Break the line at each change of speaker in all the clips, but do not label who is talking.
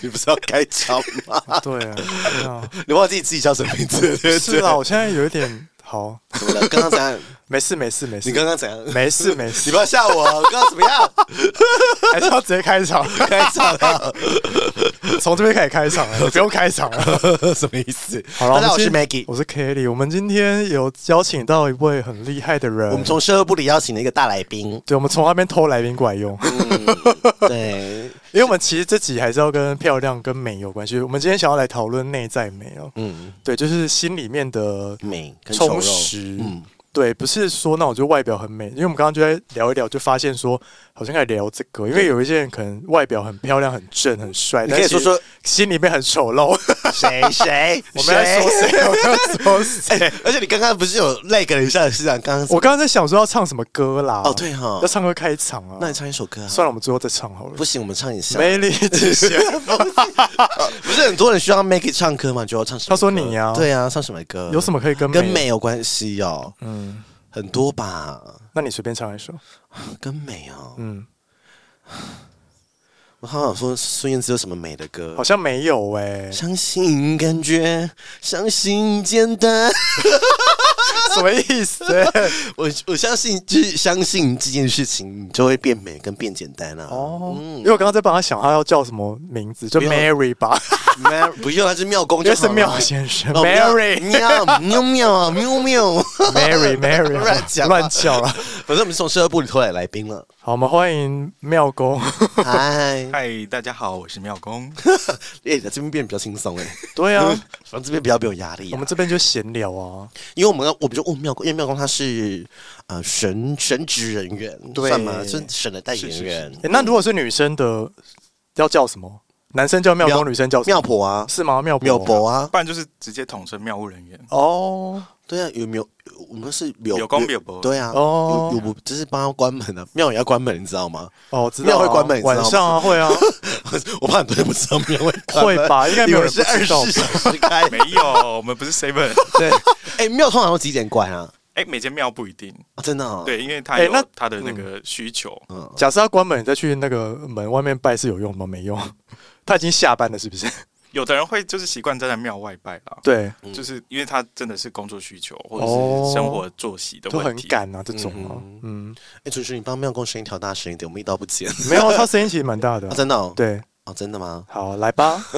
你不是要开场吗？
对啊，对啊，
你忘记自己叫什么名字 了？对不
是
对？
啊，我现在有一点好，
怎么了？刚刚怎样？
没事没事没 事，
你刚刚怎样？你
没事没事，
不要吓我啊！我刚刚怎么样？
还是要直接开场，
开场啊？
从这边开始 开场了，你不用开场 了。
什么意思？
好了，
大家好，我
们
是
今
Maggie。
我是 Kelly，我们今天有邀请到一位很厉害的人，
我们从社会部里邀请了一个大来宾，
对，我们从那边偷来宾过来用，
嗯 对，
因为我们其实这集还是要跟漂亮跟美有关系。我们今天想要来讨论内在美哦，
嗯，
对，就是心里面的
美跟瘦
充
肉，
实，
嗯，
对，不是说那我就外表很美，因为我们刚刚就在聊一聊，就发现说好像在聊这个，因为有一些人可能外表很漂亮、很正、很帅，
你
但
可以
其实
说说
心里面很丑陋。
谁 谁？
我们在说谁？我在说谁？
而且你刚刚不是有 lag 了一下，是啊，刚刚
我刚刚在想说要唱什么歌啦？
哦对哈
要唱歌开场啊。
那你唱一首歌啊？
算了，我们最后再唱好了
不。行，我们唱一下。
魅力 极限，
不是很多人需要 Maggie 唱歌吗？你觉得要唱什么歌？
他说你啊
对啊，唱什么歌？
有什么可以跟
跟
美？
美有关系哦？嗯，很多吧，
那你随便唱一首。
跟美哦。
嗯，
我好想说孙燕姿有什么美的歌
好？像没有 哎，
相信感觉，相信简单。
什么意思？
我我相信，就是相信这件事情，你就会变美跟变简单啊。
哦，
嗯
因为我刚刚在帮他想，他要叫什么名字？就
不要
Mary 吧，
，Mar 不用，它是妙公
因
就
为
好
是
了
妙先生
哦妙
，Mary。
妙妙妙啊 妙妙。
Mary Mary
乱讲啊
乱叫了。
反正我们是从社会部里偷来的来宾了。
好，我们欢迎妙 公。
嗨，
嗨，大家好，我是妙 公。
哎，这边变得比较轻松哎，
对啊，
反正这边比较没有压力啊。
我们这边就闲聊啊。
因为我们我们就问妙公，因为妙公他是呃神神职人员，
对
算吗？是神的代言人，
诶那如果是女生的，要叫什么？男生叫妙
妙
公，女生叫什么
妙婆啊，
是吗？妙
妙婆啊，
不然就是直接统称妙务人员。
哦，
对啊，有没有？我们是有
有公有婆
对啊，
哦
有有就是帮他关门啊，庙也要关门，你知道吗？
哦，知道
庙
啊
会关门你知道吗
晚上 啊会啊
我怕很多人不知道庙会关门
会吧？应该没有人
以为是二
不知
十
道
四小时开。
没有，我们不是 seven。
对，哎，庙通常都几点关啊？
哎，每间庙不一定，
啊真的哦，
对，因为它
哎
有
那
它的那个需求。
嗯，
假设要关门，你再去那个门外面拜是有用吗？没用， 他已经下班了，是不是？
有的人会就是习惯站在庙外拜啦，
对，
嗯
就是因为他真的是工作需求或者
哦
是生活作息的
都
问
很
题。
赶啊，这种啊，嗯，
哎，主持人，你帮妙公声音调大声一点，我们一刀不 剪。啊，
没有，他声音其实蛮 大的啊。
真的哦，
对，
哦，真的吗？
好，来吧，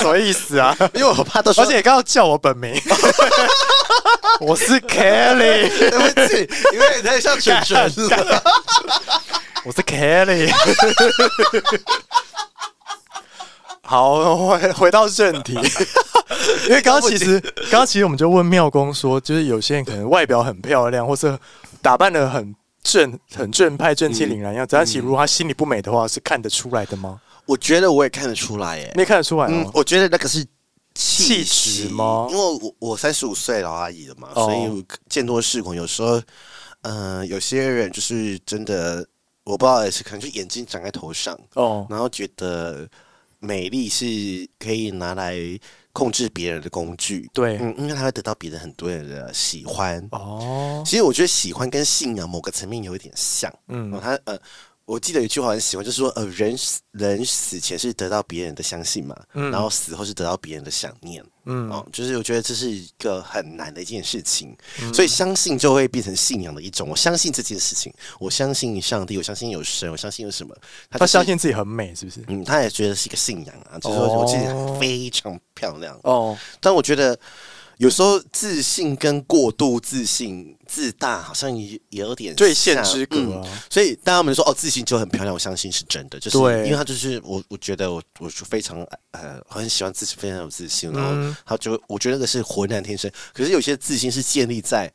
什么意思啊？
因为我怕到时
而
候
且你刚刚叫我本名， 我是 Kelly，
对不起，因为你太像蠢蠢 了。
我是 Kelly。好，回回到正 题，因为刚刚其实，刚刚其实我们就问妙公说，就是有些人可能外表很漂亮，或是打扮的很正、很正派、正气凛然样子，但其实如果他心里不美的话，是看得出来的吗？
我觉得我也看得出来耶
你，也看得出来
嗯
哦，。
我觉得那个是气
气
息
质吗
因为我我三十五岁老阿姨了嘛，
哦
所以我见多识广，有时候，嗯，有些人就是真的，我不知道也是可能就眼睛长在头上，
哦，
然后觉得美丽是可以拿来控制别人的工具，
对，
嗯，因为他会得到别人很多人的喜欢。
哦，
其实我觉得喜欢跟信仰某个层面有一点像。嗯，
嗯，
他呃，我记得有一句话很喜欢，就是说呃，人死人死前是得到别人的相信嘛，然后死后是得到别人的想念，嗯、
嗯
就是我觉得这是一个很难的一件事情，
嗯
所以相信就会变成信仰的一种。我相信这件事情，我相信上帝，我相信有神，我相信有什么，他
他
就是
相。信自己很美，是不是？
嗯，他也觉得是一个信仰啊，就是说我自
哦
己非常漂亮，
哦，
但我觉得有时候自信跟过度自信、自大好像也也有点
最限
像
之隔啊
嗯所以大家们说哦，自信就很漂亮，我相信是真的，就是
对
因为他就是我，我觉得我我就非常呃很喜欢自己，非常有自信，然后
嗯
他就我觉得那个是浑然天生。可是有些自信是建立在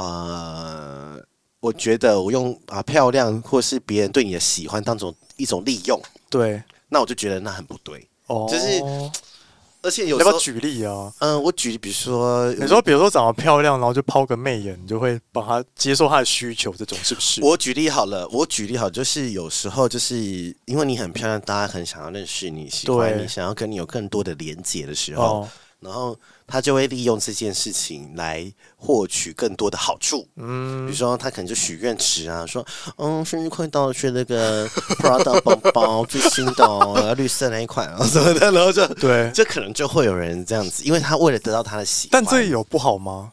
呃。我觉得我用啊漂亮或是别人对你的喜欢当做一种利用，
对，
那我就觉得那很不对。
哦，
就是而且有时
要不
候
要，举例啊？
嗯、我举比如说，
你说，比如说长得漂亮，然后就抛个媚眼，你就会帮他接受他的需求，这种是不是？
我举例好了，我举例好，就是有时候就是因为你很漂亮，大家很想要认识你，喜欢
对
你，想要跟你有更多的连接的时候，
哦，
然后他就会利用这件事情来获取更多的好处。比如
嗯，
说，他可能就许愿池啊，说，嗯，生日快到了，缺那个 Prada 包包，最新的哦，然后绿色那一款啊什么的，然后就，
对。
这可能就会有人这样子，因为他为了得到他的喜欢，
但这有不好吗？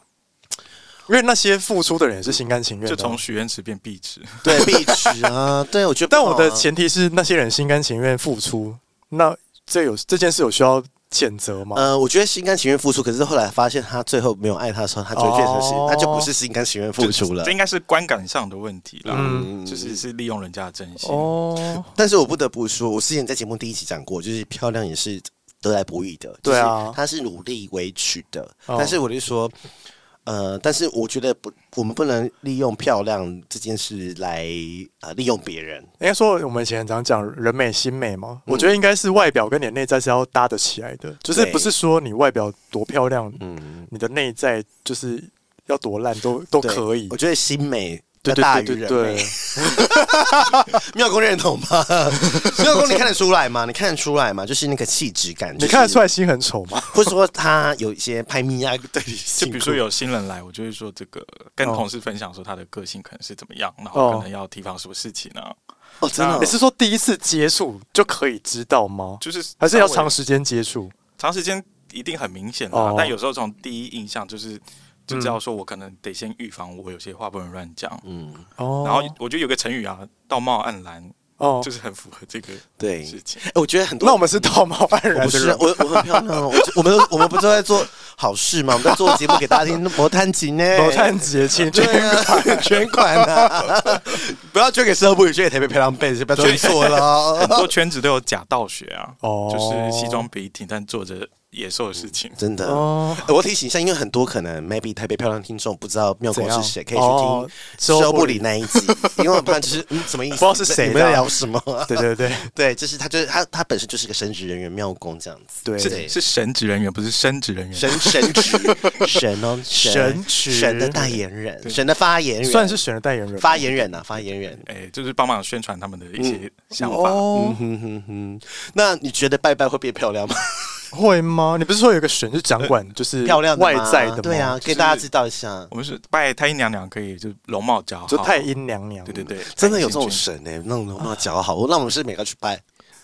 因为那些付出的人也是心甘情愿的。哦
就从许愿池变壁纸，
对壁纸啊，对我觉得
但
不好
我
啊，
的前提是那些人心甘情愿付出，那这有这件事有需要谴责吗？
呃，我觉得心甘情愿付出，可是后来发现他最后没有爱他的时候，他就会变成是，
哦
他就不是心甘情愿付出了
这。应该是观感上的问题啦，
嗯
就是是利用人家的真
嗯
心。
哦，
但是我不得不说，我之前在节目第一期讲过，就是漂亮也是得来不易的，就是
对啊
她是努力维持的。
哦
但是我就说，呃，但是我觉得不，我们不能利用漂亮这件事来呃利用别人。
应该说我们以前常讲人美心美嘛，我觉得应该是外表跟你的内在是要搭得起来的，就是
嗯对
不是说你外表多漂亮，
嗯，
你的内在就是要多烂都都
对哦
可以
我。觉得心美。
对
大
对
于
对
人
对
美
对，
妙公认同吗？ 妙公，你看得出来吗？你看得出来吗？就是那个气质感，
你看得出
来，
来心很丑吗？
或者说他有一些拍咪呀啊对女
就
性格，
比如说有新人来，我就会说这个跟
哦
同事分享说他的个性可能是怎么样，然后可能要提防什么事情啊，
哦，真的哦
你是说第一次接触就可以知道吗？
就是
还是要
稍微
长时间接触？
长时间一定很明显啦，
哦
但有时候从第一印象就是就知道说我可能得先预防，我有些话不能乱讲。
嗯，
哦，
然后我觉得有个成语啊，道貌岸然，
哦
就，是很符合这个
对。
事情。
哎，我觉得很多
那我们是道貌岸
我
然
不
的
是
人
啊，我我很漂亮啊！我我们我们不是都在做好事吗？我们在做节目给大家听，磨探琴呢，
罗探节庆，
对啊，捐款啊！不要捐给社会部，捐给台北漂亮贝，不要捐错了
很
哦。
多圈子都有假道学啊，
哦
就是西装笔挺，但做着野兽的事情。
真的，
哦，
呃我提醒一下，因为很多可能 maybe 台北漂亮听众不知道妙
怎
公
样
是谁，可以去听
哦
周布里
周
那一集，因为不然就是嗯，什么意思？
不知道是谁
你们在
的啊
聊什么啊？
对对对
对，就是他，就是他，他本身就是个神职人员，妙公这样子。
对，
是对
是神职人员，不是升职人员。
神神职神哦，
神职
神的代言人，神的发言人，
算是选了代言人
发言人呐、啊，发言人。
哎、就是帮忙宣传他们的一
嗯
些想法。
哦，
哼哼哼，那你觉得拜拜会变漂亮吗？
会吗？你不是说有个神是掌管就是
漂亮的
外
吗
在的吗？
对啊，，给大家知道一下，
我们是拜太阴娘娘，可以就容貌姣好，
就太阴娘娘，
哦对对，对，
真的有这
太
种
阴君
神哎、欸，那种那脚好，那我们是每个去拜。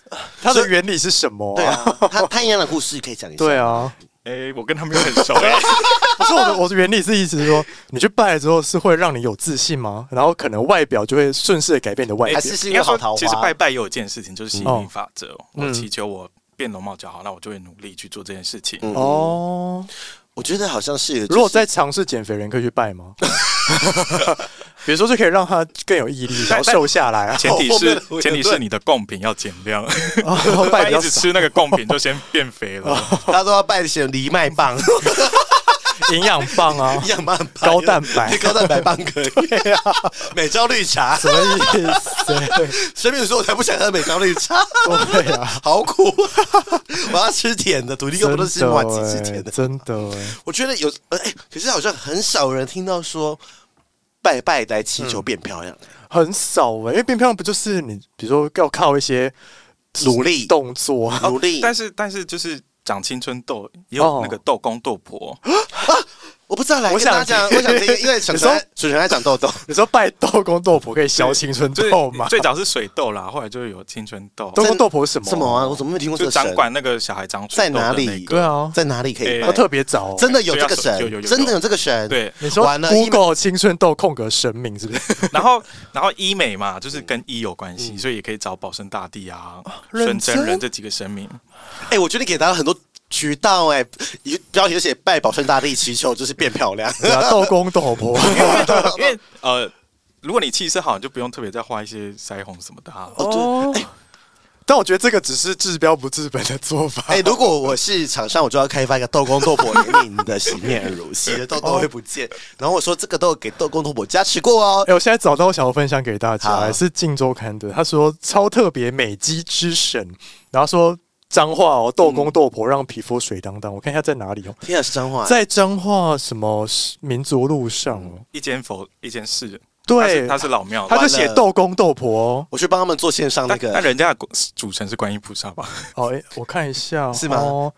哦它的原理是什么？
对，啊，他他一样的故事可以讲一下。
对，啊，
哎、我跟他们又很熟、哎
不是我的，我的原理是意思是说，你去拜了之后是会让你有自信吗？然后可能外表就会顺势地改变你的外
还
表，
是是
应
因为
该
好
说
桃花。
哎其实拜拜也有一件事情，就是吸引力
嗯
法则。哦
嗯
我祈求我变容貌姣好，那我就会努力去做这件事情。
嗯
哦。
我觉得好像是，就是
如果在尝试减肥的人可以去拜吗？ 比如说，就可以让他更有毅力，然后瘦下来 啊。
前提
后面
是
的哦我也
前提是
对
你的贡品要减量，
然后
不
拜
然
比 较
一直
少，
吃那个贡品就先变肥了。
大家都要拜一些藜 麦棒、
营养棒啊
一，样慢棒，
高蛋 白
高蛋白棒可以。
对啊，
美招绿茶，
什么意思？
随便说，我才不想喝美招绿 茶，
对 啊，
好苦。我要吃甜的，土地公不都吃晚几吃甜的？
真的欸
我觉得有，呃哎、可是好像很少人听到说拜拜来祈求变漂亮，
很少哎，因为变漂亮不就是你，比如说要靠一些
努力哦
动作啊，
努力。
但是但是就是长青春痘，也有那个痘公痘婆，
我不知道来
我
跟大家讲，
想听
我想听，因 为小陈
你说
爱小陈爱长痘痘，
你说拜豆公豆婆可以消青春
就是
痘吗？
最早是水痘啦，后来就有青春痘，
豆公豆婆是什么？
什么啊？我怎么没有听过这
就
个
掌
神？
管那个小孩长水
在
痘的
哪里
那
对
个。
啊，
在哪里可以
哎
拜
要？特别早哦。
真的有这个
有有有
神，
有
真的有这个神。，
对，
你说
完了
Google 青春痘空格神明是不是？
然后，然后医美嘛，就是
嗯
跟医有关系，所以也可以找保生大帝啊、
认
孙
真
真人这几个神明。
哎，我觉得给大家很多渠道，哎，一标题就写拜保生大帝祈求就是变漂亮。
对啊，豆公豆婆。
因为呃，如果你气色好，你就不用特别再画一些腮红什么的啊。
哦，但我觉得这个只是治标不治本的做法。
哎、如果我是厂商，我就要开发一个豆公豆婆联名的洗面乳，洗的痘痘会不 见。然后我说这个都有给豆公豆婆加持过哦
哎、。我现在找到我想要分享给大
好
家，是《镜周刊》的，他说超特别美肌之神，然后说脏话哦，豆公豆婆让皮肤水当当。我看一下在哪里哦，
天啊，是脏话！
在彰化什么民族路上哦，
一间佛，一间寺，它
对
是，它是老庙，
他
完
就
了
写豆公豆婆哦
我去帮他们做线上那
但但
个，
人家的主神是观音菩萨吧？
哦。哎、我看一下哦，
是吗
哦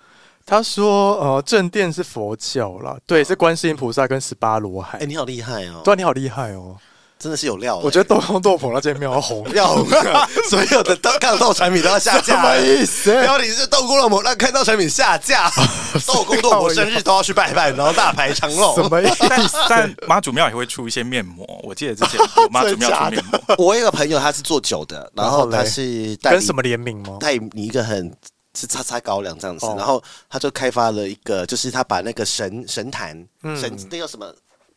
他说呃，正殿是佛教啦，对，是观世音菩萨跟十八罗汉
啊哎、。你好厉害哦，
对啊，你好厉害哦！
真的是有料的、，
我觉得豆蔻豆腐那间庙要红
料红 了，所有的豆干豆产品都要下架了。
什么意思
标题是豆蔻肉膜让看到产品下 架，豆蔻肉膜生日都要去拜拜，然后大排长
什
龙。
么意思？
但但妈祖庙也会出一些面膜，我记得 之前有妈祖庙出面膜，
我有一个朋友，他是做酒的，然
然后
后
嘞
他是代理
跟什么联名 吗？
带你一个很是擦擦高粱这样子，
哦
然后他就开发了一个，就是他把那个神神坛、
嗯
神那叫什么？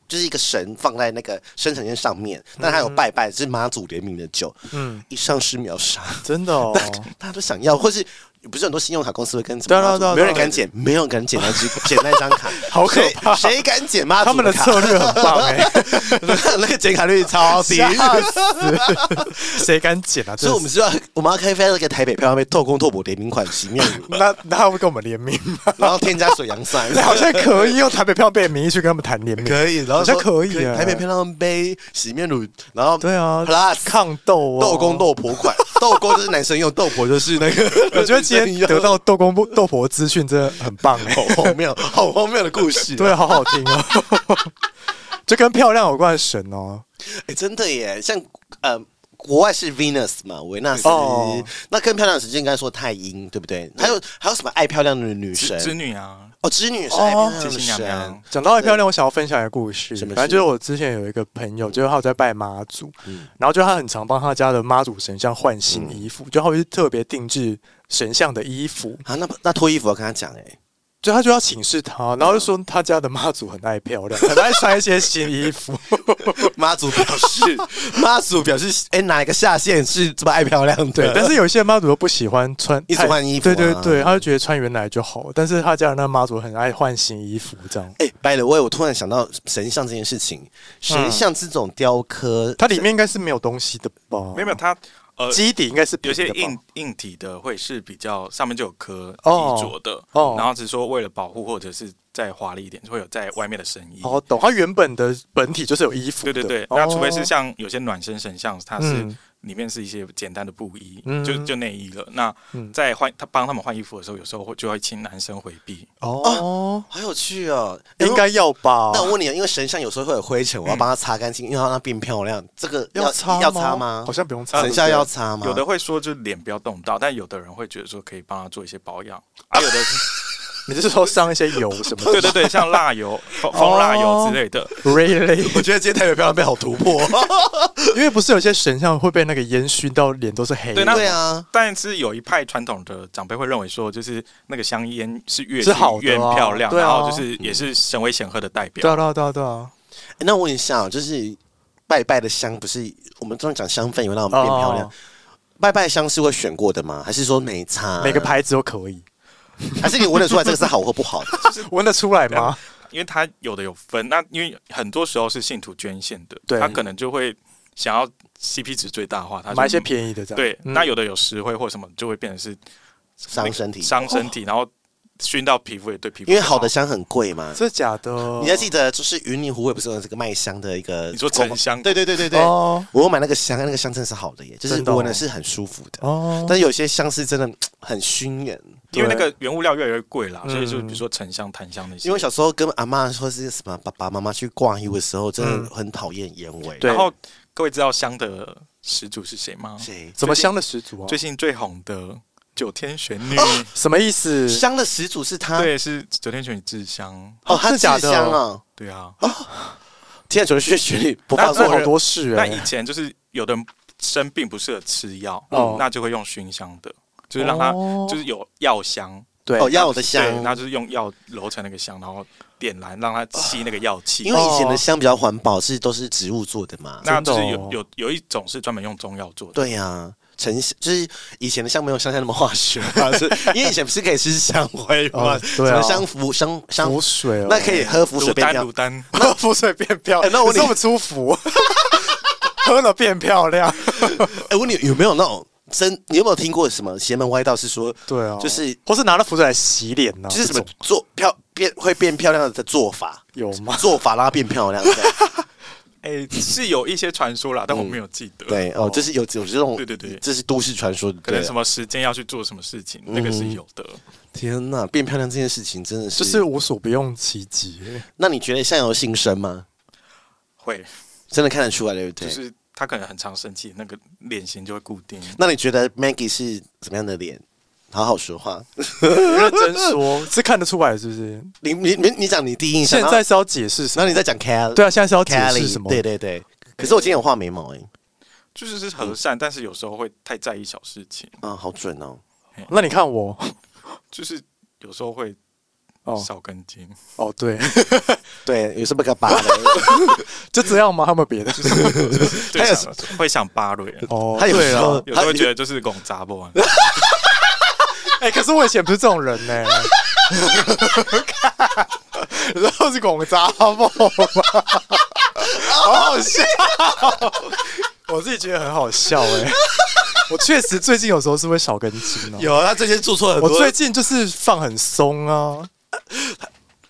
就是一个神放在那个生产线上面，
嗯
但他有拜拜，是妈祖联名的酒，嗯，一上市秒杀，
真的哦
大，家 大家都想要，或是不是很多信用卡公司会跟什
对啊
么妈祖
对啊对啊
没有人敢捡，没有人敢捡那 只捡那张卡，
好可怕
谁谁敢捡妈祖
他们的
卡
策略很棒哎，
那个捡卡率超低，
吓死！ 谁敢剪啊？
所以我们
真的是
知道我们要开发那个台北漂亮妹透工透补联名款奇妙乳，
那那他会跟我们联名 吗？
然后添加水杨 酸，
好像可以用哦台北票被名义去跟他们谈联名，
可以，然后
好像
说
可以啊
台北漂亮杯洗面乳，然后
对啊
Plus
抗痘啊
豆公，豆婆款，豆公就是男生用，豆婆就是那个女生用。
我觉得今天得到豆公豆婆资讯真的很棒哎，
好荒谬，好荒谬的故事。
对，好好听哦。 就跟漂亮有关的神哦，
哎，真的耶，像呃。国外是 Venus 嘛，维纳斯。
哦
那更漂亮的时间应该说太阴，对不对？还有还有什么爱漂亮的女神？
织女啊，
哦，织女是爱漂亮的
金
女
星娘
神
娘。，
讲到爱漂亮，我想要分享一个故事。
什么事
反正就是我之前有一个朋友，就是他有在拜妈祖，
嗯
然后就他很常帮他家的妈祖神像换新衣服，就他会去特别定制神像的衣服，
啊，那那脱衣服要跟她讲哎，
就他就要请示他，然后就说他家的妈祖很爱漂亮，很爱穿一些新衣服。
妈祖表 示，妈祖表示，哎，哪一个下线是这么爱漂亮的？
对，但是有一些妈祖都不喜欢穿，
呃一直换衣服
对
啊
对对，他就觉得穿原来就好。但是他家的那妈祖很爱换新衣服，这样。
哎、白 b y the way，我突然想到神像这件事情，神像这种雕刻，
嗯它里面应该是没有东西的吧？
没有没有，它呃
基底应该是
有些
平的吧
硬硬体的会是比较上面就有颗
哦
泥做的，
哦
然后只是说为了保护或者是再华丽一点，就会有在外面的生意。
哦，懂。它原本的本体就是有衣服
对
的，
对对，
哦
那除非是像有些暖身神像，它是
嗯
里面是一些简单的布衣，
嗯
就就内衣了。那在换他帮他们换衣服的时候，有时候会就会请男生回避。
哦，
好有趣哦。
应该要吧？
那我问你，啊因为神像有时候会有灰尘，我要帮它擦干净，因为让它变漂亮。这个
要擦
要擦吗
好？像不用擦，啊
神像要擦吗？
有的会说就脸不要动到，但有的人会觉得说可以帮他做一些保 养，啊，有的
你是说上一些油什 么
对对对，像蜡油、 蜂蜂蜡
哦
油之类的。
？Really？
我觉得今天台北漂亮被好突破。
因为不是有些神像会被那个烟熏到脸都是黑的，
对那
对啊，
但是有一派传统的长辈会认为说，就是那个香烟是越
是好的啊
越漂亮，
对啊
然后就是也是神威显赫的代
对
表。
啊对啊对啊对啊，
哎那我问一下，就是拜拜的香，不是我们通常讲香氛也会让我们变漂亮。
哦
拜拜香是会选过的吗？还是说没擦？
每个，牌子都可以，
还是你闻得出来这个是好或不好的？
闻得出来吗？
因为它有的有分，那因为很多时候是信徒捐献的，
对
他可能就会想要 CP 值最大化，他就
买一些便宜的这样。
对，
嗯
那有的有实惠或什么，就会变成是
伤身体，
伤身
哦
体，然后熏到皮肤也对皮肤，
因为好的。香很贵嘛。
真的假的？
你还记得就是云林湖尾不是有这个卖香的一个？
你说沉香
对对对对对。
哦
我有买那个香，那个香真的是好的耶，就是
真的哦
闻的是很舒服的。
哦，
但是有些香是真的很熏人，
因为那个原物料越来越贵啦，
嗯
所以就比如说沉香、檀香那些。
因为小时候跟阿妈或是什么爸爸妈妈去逛衣服的时候，真的很讨厌烟味。
嗯对哦
然后各位知道香的始祖是谁吗？
谁
怎么香的十足啊
最？近最红的九天玄女，
哦
什么意思？
香的始祖是他？
对，是九天玄女制香。
哦，
真
他
的假
制
的哦
香啊！
对啊，
天主学学里不
那
放
做
过
好
人，
多事
那以
哎。
前就是有的人生病不适合吃药，
哦
那就会用熏香的，就是让它
哦
就是有药香，
对
哦，药的
对，
香。
那就是用药揉成那个香，然后点燃让它吸那个药气
因。为以前
哦
的香比较环保，是都是植物做的嘛。
那就是
真的哦
有有有一种是专门用中药做的，
对呀、成就是以前的香没有像现在那么化学嘛， 是因为以前不是可以吃香灰吗？
哦对啊
什么香浮香香
浮水哦，
那 可以喝浮水
芦
变
丹
漂
芦丹，
浮水变漂
哎
亮，
那我问
你
你
这么舒服， 喝了变漂亮。
哎、我问你有没有那种真？你有没有听过什么邪门歪道？是说
对啊，
就是
或是拿了浮水来洗脸呢？
就是什么
这种
做漂变会变漂亮的做法？
有吗？
做法让它变漂亮？这样
哎，是有一些传说啦，但我没有记得。
嗯对哦，就是有有这种，
对对对
这是都市传说，
可能什
么？
么时间要去做什么事情，那个
嗯
是有的。
天呐，变漂亮这件事情真的是，
就是无所不用其极。
那你觉得相由心生吗？
会，
真的看得出来，对不对？
就是他可能很常生气，那个脸型就会固定。
那你觉得 Maggie 是什么样的脸？好好说话。
认真说， 是看得出来是不是？
你你你你讲你第一印象，
现
然后
在是要解释什
然后
么？
你再讲 Kelly，
对啊，现在是要解
Kelly
释什么？
对对对。可是我今天有画眉毛哎、
就是是
嗯
和善，但是有时候会太在意小事情，
啊，好准哦。
那你看我，
就是有时候会
哦
少根筋，
哦，对，
对，有时候被个拔了，
就这样吗？还有没有别的？
对，想会想芭蕾，
哦，
他有
对
时
了，
候
有时候会觉
得
得就是拱杂不完。
哎、可是我以前不是这种人呢、 然后是拱杂梦吧，好好笑，我自己觉得很好笑哎、我确实最近有时候是会少根筋哦、
有啊他最近做错很
我
多，
最近就是放很松啊，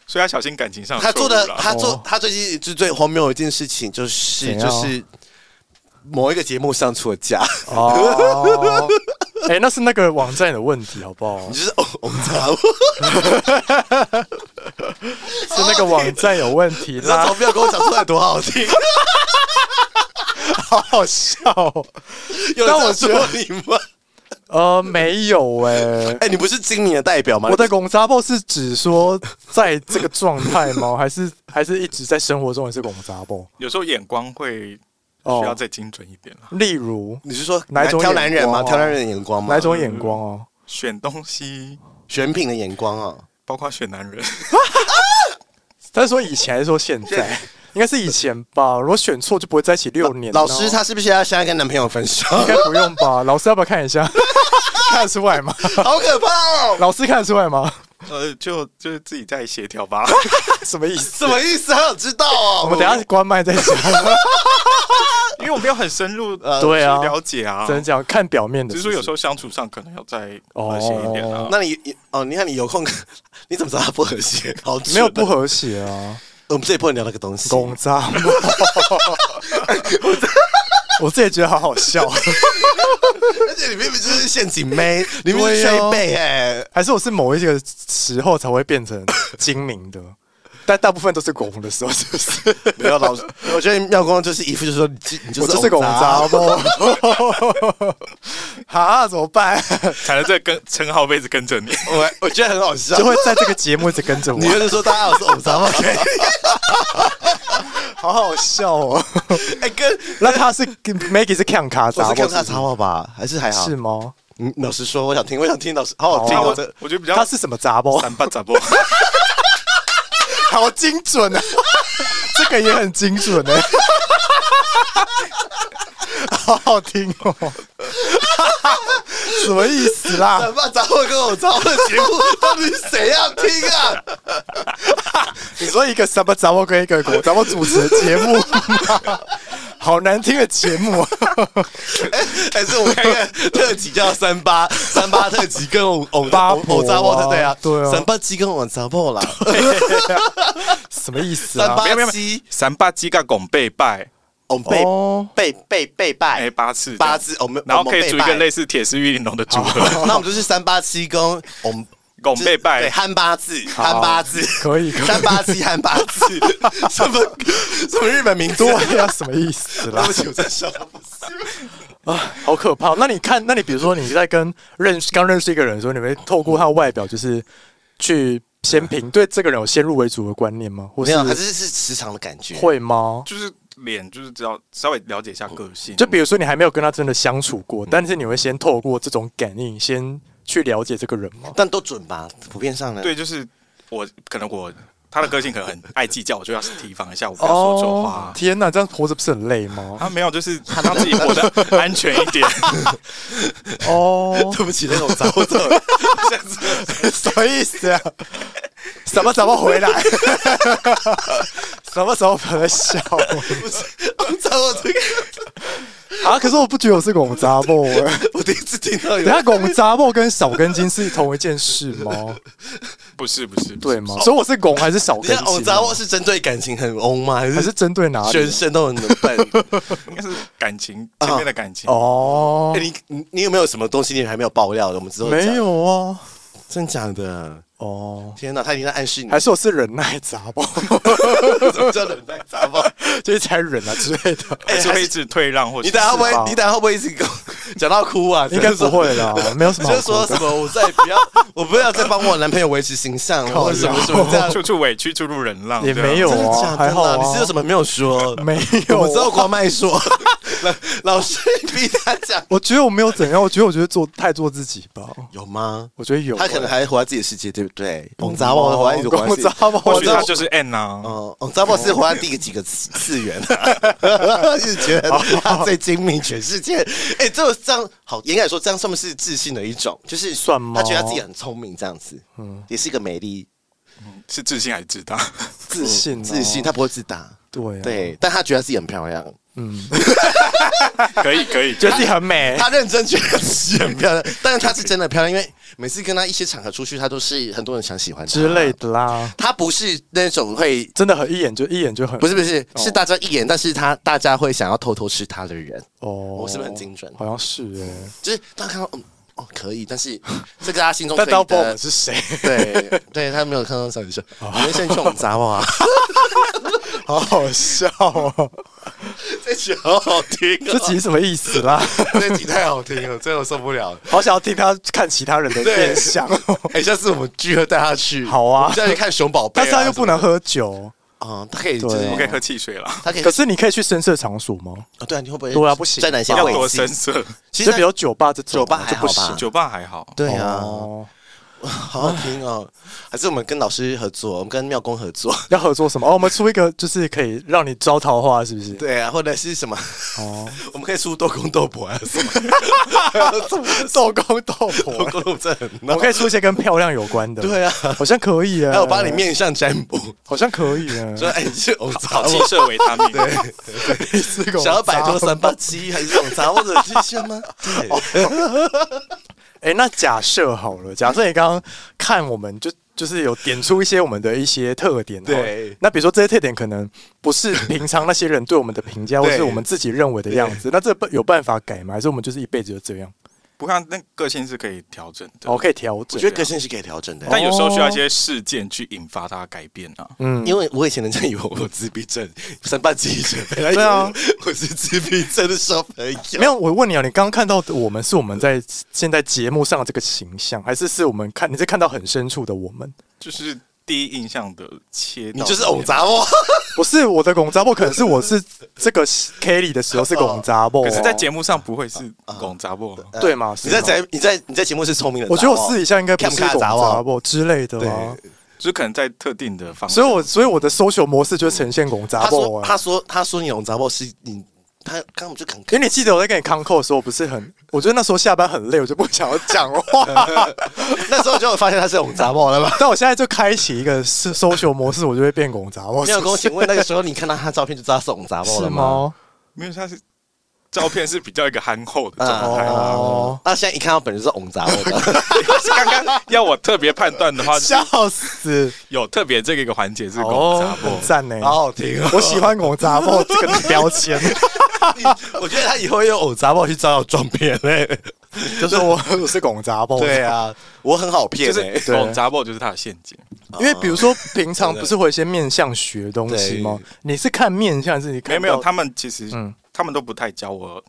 所以要小心感情上
他做
错
的
误啦
他做
哦
他最近就最荒谬的一件事情就是
怎样
就是某一个节目上错架，
哦， 哎、那是那个网站的问题好不好
你？ 就是哦，我们知道，
是那个网站有问题
你知道
啦，
从没有跟我讲出来多好 听，
好好笑哦、
有人
但我
这样说你吗？
呃，没有哎、
哎，你不是精明的代表吗？
我的拱扎爆是指说在这个状态吗？ 还是还是一直在生活中也是拱扎爆？
有时候眼光会需
哦
要再精准一点啦。
例如
你是说
哪一种
挑男人吗？
眼光啊
挑男人的眼光吗？
哪种眼光哦、
选东西，
选品的眼光啊？
包括选男人，
但是说以前还是说现在？应该是以前吧。如果选错就不会在一起六年。
老
你知
师
道吗
他是不是要现在跟男朋友分 手？
应该不用吧？老师要不要看一下？看得出来吗？
好可怕哦！
老师看得出来吗？
呃，就就是自己在协调吧。
什么意思？
什么意思？好想知道哦。
我们等一下关麦再讲。
因为我没有很深入呃
对啊
去了解啊，
只能讲看表面的。
只是说有时候相处上可能要再和谐一点啊
哦。
那你哦，你看你有空， 你怎么知道他不和谐？好蠢，
没有不和谐啊，
我们这里不能聊那个东西。
拱扎爆。我自己觉得好好笑。
而且你明明就是陷阱妹，你明明是
对哦
吹背哎、
还是我是某一个时候才会变成精明的，但大部分都是狗红的时候，是不是？
没有 老师，我觉得妙公就是一副就是说你就你就
我
是
就是拱
渣
杂，不？ 哈，怎么办？
才能在跟称号位置跟着你。
我我觉得很好笑
就。会在这个节目一直跟着我
你，就是说大家好是拱渣 吗？
好好笑哦。
哎、跟
那他是跟 Maggie 是看卡
我
杂
是看
不
他插话吧，还是还好？
是吗？
嗯，老实说，我想听，我想听老师，好好听
好啊
哦
我
这
我觉得比较
他是什么杂包？
三八杂不，
好精准啊！这个也很精准哎、好好听哦。什么意思啦？
怎么杂货跟我杂货的节目， 到底谁要听啊？
你说一个什么杂货跟一个狗杂货主持的节目吗好难听的节目啊！
还是我们看看特辑叫三八三八特辑跟我我
八婆啊
我杂货的对啊，
对啊
三八鸡跟我杂货啦，
什么意思
三
啊？
八
没有没有
鸡，
三八鸡甲拱背拜，
我们背
哦
背背背
哎
拜
八次
八字，我们
然后可以组一个类
似，
似铁丝玉玲珑的组合，
那我们就是三八七跟我们。
拱背
对，
拜。
汉八字，汉八字，
可以可以
三八七汉八字，什么什么日本名字？
对啊呀、什么意思
对
啦啊
不？起，我在笑。
好可怕！哦那你看，那你比如说你在跟认识刚认识一个人的时候，你会透过他的外表，就是去先评对这个人有先入为主的观念吗？或
没
是
有，还是是时长的感觉。
会吗？
就是脸，就是只要稍微了解一下个性，
就比如说你还没有跟他真的相处过，但是你会先透过这种感应，先去了解这个人吗？
但都准吧，普遍上呢。
对，就是我可能我他的个性可能很爱计较，我就要提防一下，我不要说错话啊。
哦天哪，这样活着不是很累吗？
他没有，就是让自己活得安全一点。
哦，
对不起，那种杂货走，
什么意思啊？ 什么时候回来？ 什么时候回来笑？
不是，杂货这个。
啊，可是我不觉得我是拱杂布。
我第一次听到有
等一下拱杂布跟少根筋是同一件事吗？
不是不是，不是
对吗？？所以我是拱还是少根
人家偶
筋？
杂货是针对感情很翁吗？还
啊还是
是
针对哪里？
全身都很能 笨？
应该是感情前面的感情。
哦
哎，你你你有没有什么东西你还没有爆料的？我们之后讲
没，有啊，
真假的？
哦，
天哪，他已经在暗示你，
还是我是忍耐杂包，
怎么叫冷淡杂货？
就是才忍啊之类的，
还是会一直退让，或者
你等下会不
吧
会？你等下会不会一直跟我讲到哭啊？
哎应该不会 啦，没有什么
就是说
好哭的。
什么我再也不要， 我不要再帮我男朋友维持形象，
靠
或者什么
腰
什么这样。
处处委屈，处处忍让，
也
这样
没有
真的
啊
假的
还好
啦
啊
你是有什么没有说？
没有啊
我知道狂麦 说，老老师逼他讲，
我觉得我没有怎样，我觉得我觉得做太做自己吧，
有吗？
我觉得有欸。
他可能还活在自己的世界，对不对？王杂王活在一直活在自己
王杂王
王
或许
杂
他
王
就是 N 啊，
哦，王杂王是活在第几个次次元 啊？一直觉得他最精明，全世界。哎，这种这样好，严格来说，这样算不是自信的一种？就是
算吗
他觉得他自己很聪明，这样子，嗯，也是一个美丽
是自信还是自大？
自信哦
自信，他不会自大。
对啊
对，但他觉得自己很漂亮，
可以可以，
觉得自己很美。
他认真觉得自己很漂 亮，但是他是真的漂亮，因为每次跟他一些场合出去，他都是很多人想喜欢他
之类。的啦，
他不是那种会，
真的很一眼就一眼就很
不是不是，
哦
是大家一眼，但是他大家会想要偷偷吃他的人，
哦，
我是不是很精准
好像是哎、
就是他看到嗯哦可以，但是这个他 心中
但
可
当
以
不知道我们
的。
是谁，
对对，他没有看到小女 生，
哦
你们先去我们杂啊哇，
好好笑哦！
这集好好听
这
哦，
集什么意思啦？
这集太好听了，真的我受不了 了。
好想要听他看其他人的面相哦，
哎，下次我们聚合带他去，
好啊
我们再去看熊宝贝啊。
但是他又不能喝酒，
嗯，他可以就是
对
我可以喝汽水了，
他可以，
可是你可以去深色场所吗？
哦对啊，你会不会
对啊不行
在哪些
要
要
位
多
置
深色。
其
就
实
比如酒吧这种
酒
啊，
吧还
就
好
不
吧
行。
酒吧还好，
对啊，
哦
好好听哦。还是我们跟老师合作，我们跟妙公合作，
要合作什么？哦，我们出一个就是可以让你招桃花，是不是？
对啊，或者是什么，
哦，
我们可以出斗公斗婆啊什么，
斗公斗
斗
婆，
公斗这很
我
闹
们。可以出一些跟漂亮有关的。
对啊，
好像可以啊。
还有帮你，面相占卜，
好像可以啊。
说哎你 是偶杂
好
货
气，色维他命，
想
想
要摆脱三八七还是偶杂货的这些吗？对
哎、那假设好了，假设你刚刚看我们就就是有点出一些我们的一些特点，哦
对
那比如说这些特点可能不是平常那些人对我们的评价，或
对
是我们自己认为的样子，那这有办法改吗？还是我们就是一辈子就这样？
不过那个性是可以调整的
哦，，可以调
我
整
觉。得个性是可以调整的。
但有时候需要一些
哦
事件去引发它改变啊。
嗯，
因为我以前人家以为我有自闭症，三八七以前本来以
对啊
为我是自闭症的小朋友，
没有，我问你啊，你刚刚看到的我们是我们在现在节目上的这个形象，还是是我们看你是看到很深处的我们？
就是第一印象的切
你
到，
就是偶杂货。
不是我的拱杂布，可能是我是这个 Kelly 的时哦候是拱杂布、
可是，在节目上不会是
哦
拱杂货，
对嘛？
呃你
是
在
吗
节你在你在节目是聪明的杂
我
货，
觉得我私底下应该不是
看不
懂
看杂
杂
网
不之类的啊，
对
就是可能在特定的方
所
式
以。我所以我的 social 模式就是呈现拱杂
他
不
说
啊。
他说他说你用杂货是你他刚我就肯
因为你记得我在跟你康扣的时候，我不是很，我觉得那时候下班很累，我就不想要讲 话。
那时候就有发现他是用杂货了吧？
但我现在就开启一个 social 模式，我就会变拱杂不。
没有跟我请问那个时候你看到他照片就知道他是用杂货
是
了吗？
吗？
没有，它是照片是比较一个憨厚
嗯
的 状
哎
态啦。
哦，
那现在一看到本人是用杂货 的，
刚刚要我特别判断的话，
笑死！
有特别这个一个环节是拱杂
哦，
货
很，赞呢。
好好听哦！
我喜欢拱杂 不这个标签，
我觉得他以后用偶杂货去招摇撞骗嘞。
就是我我是拱杂 不。
对啊，我很好骗欸
就
嘞
是。拱杂货就是它的陷阱。
因为比如说平常不是会有一些面相学的东西吗
对？
你是看面相，还是你
没有
看
没有，
到
他们其实
嗯
他们都不太教我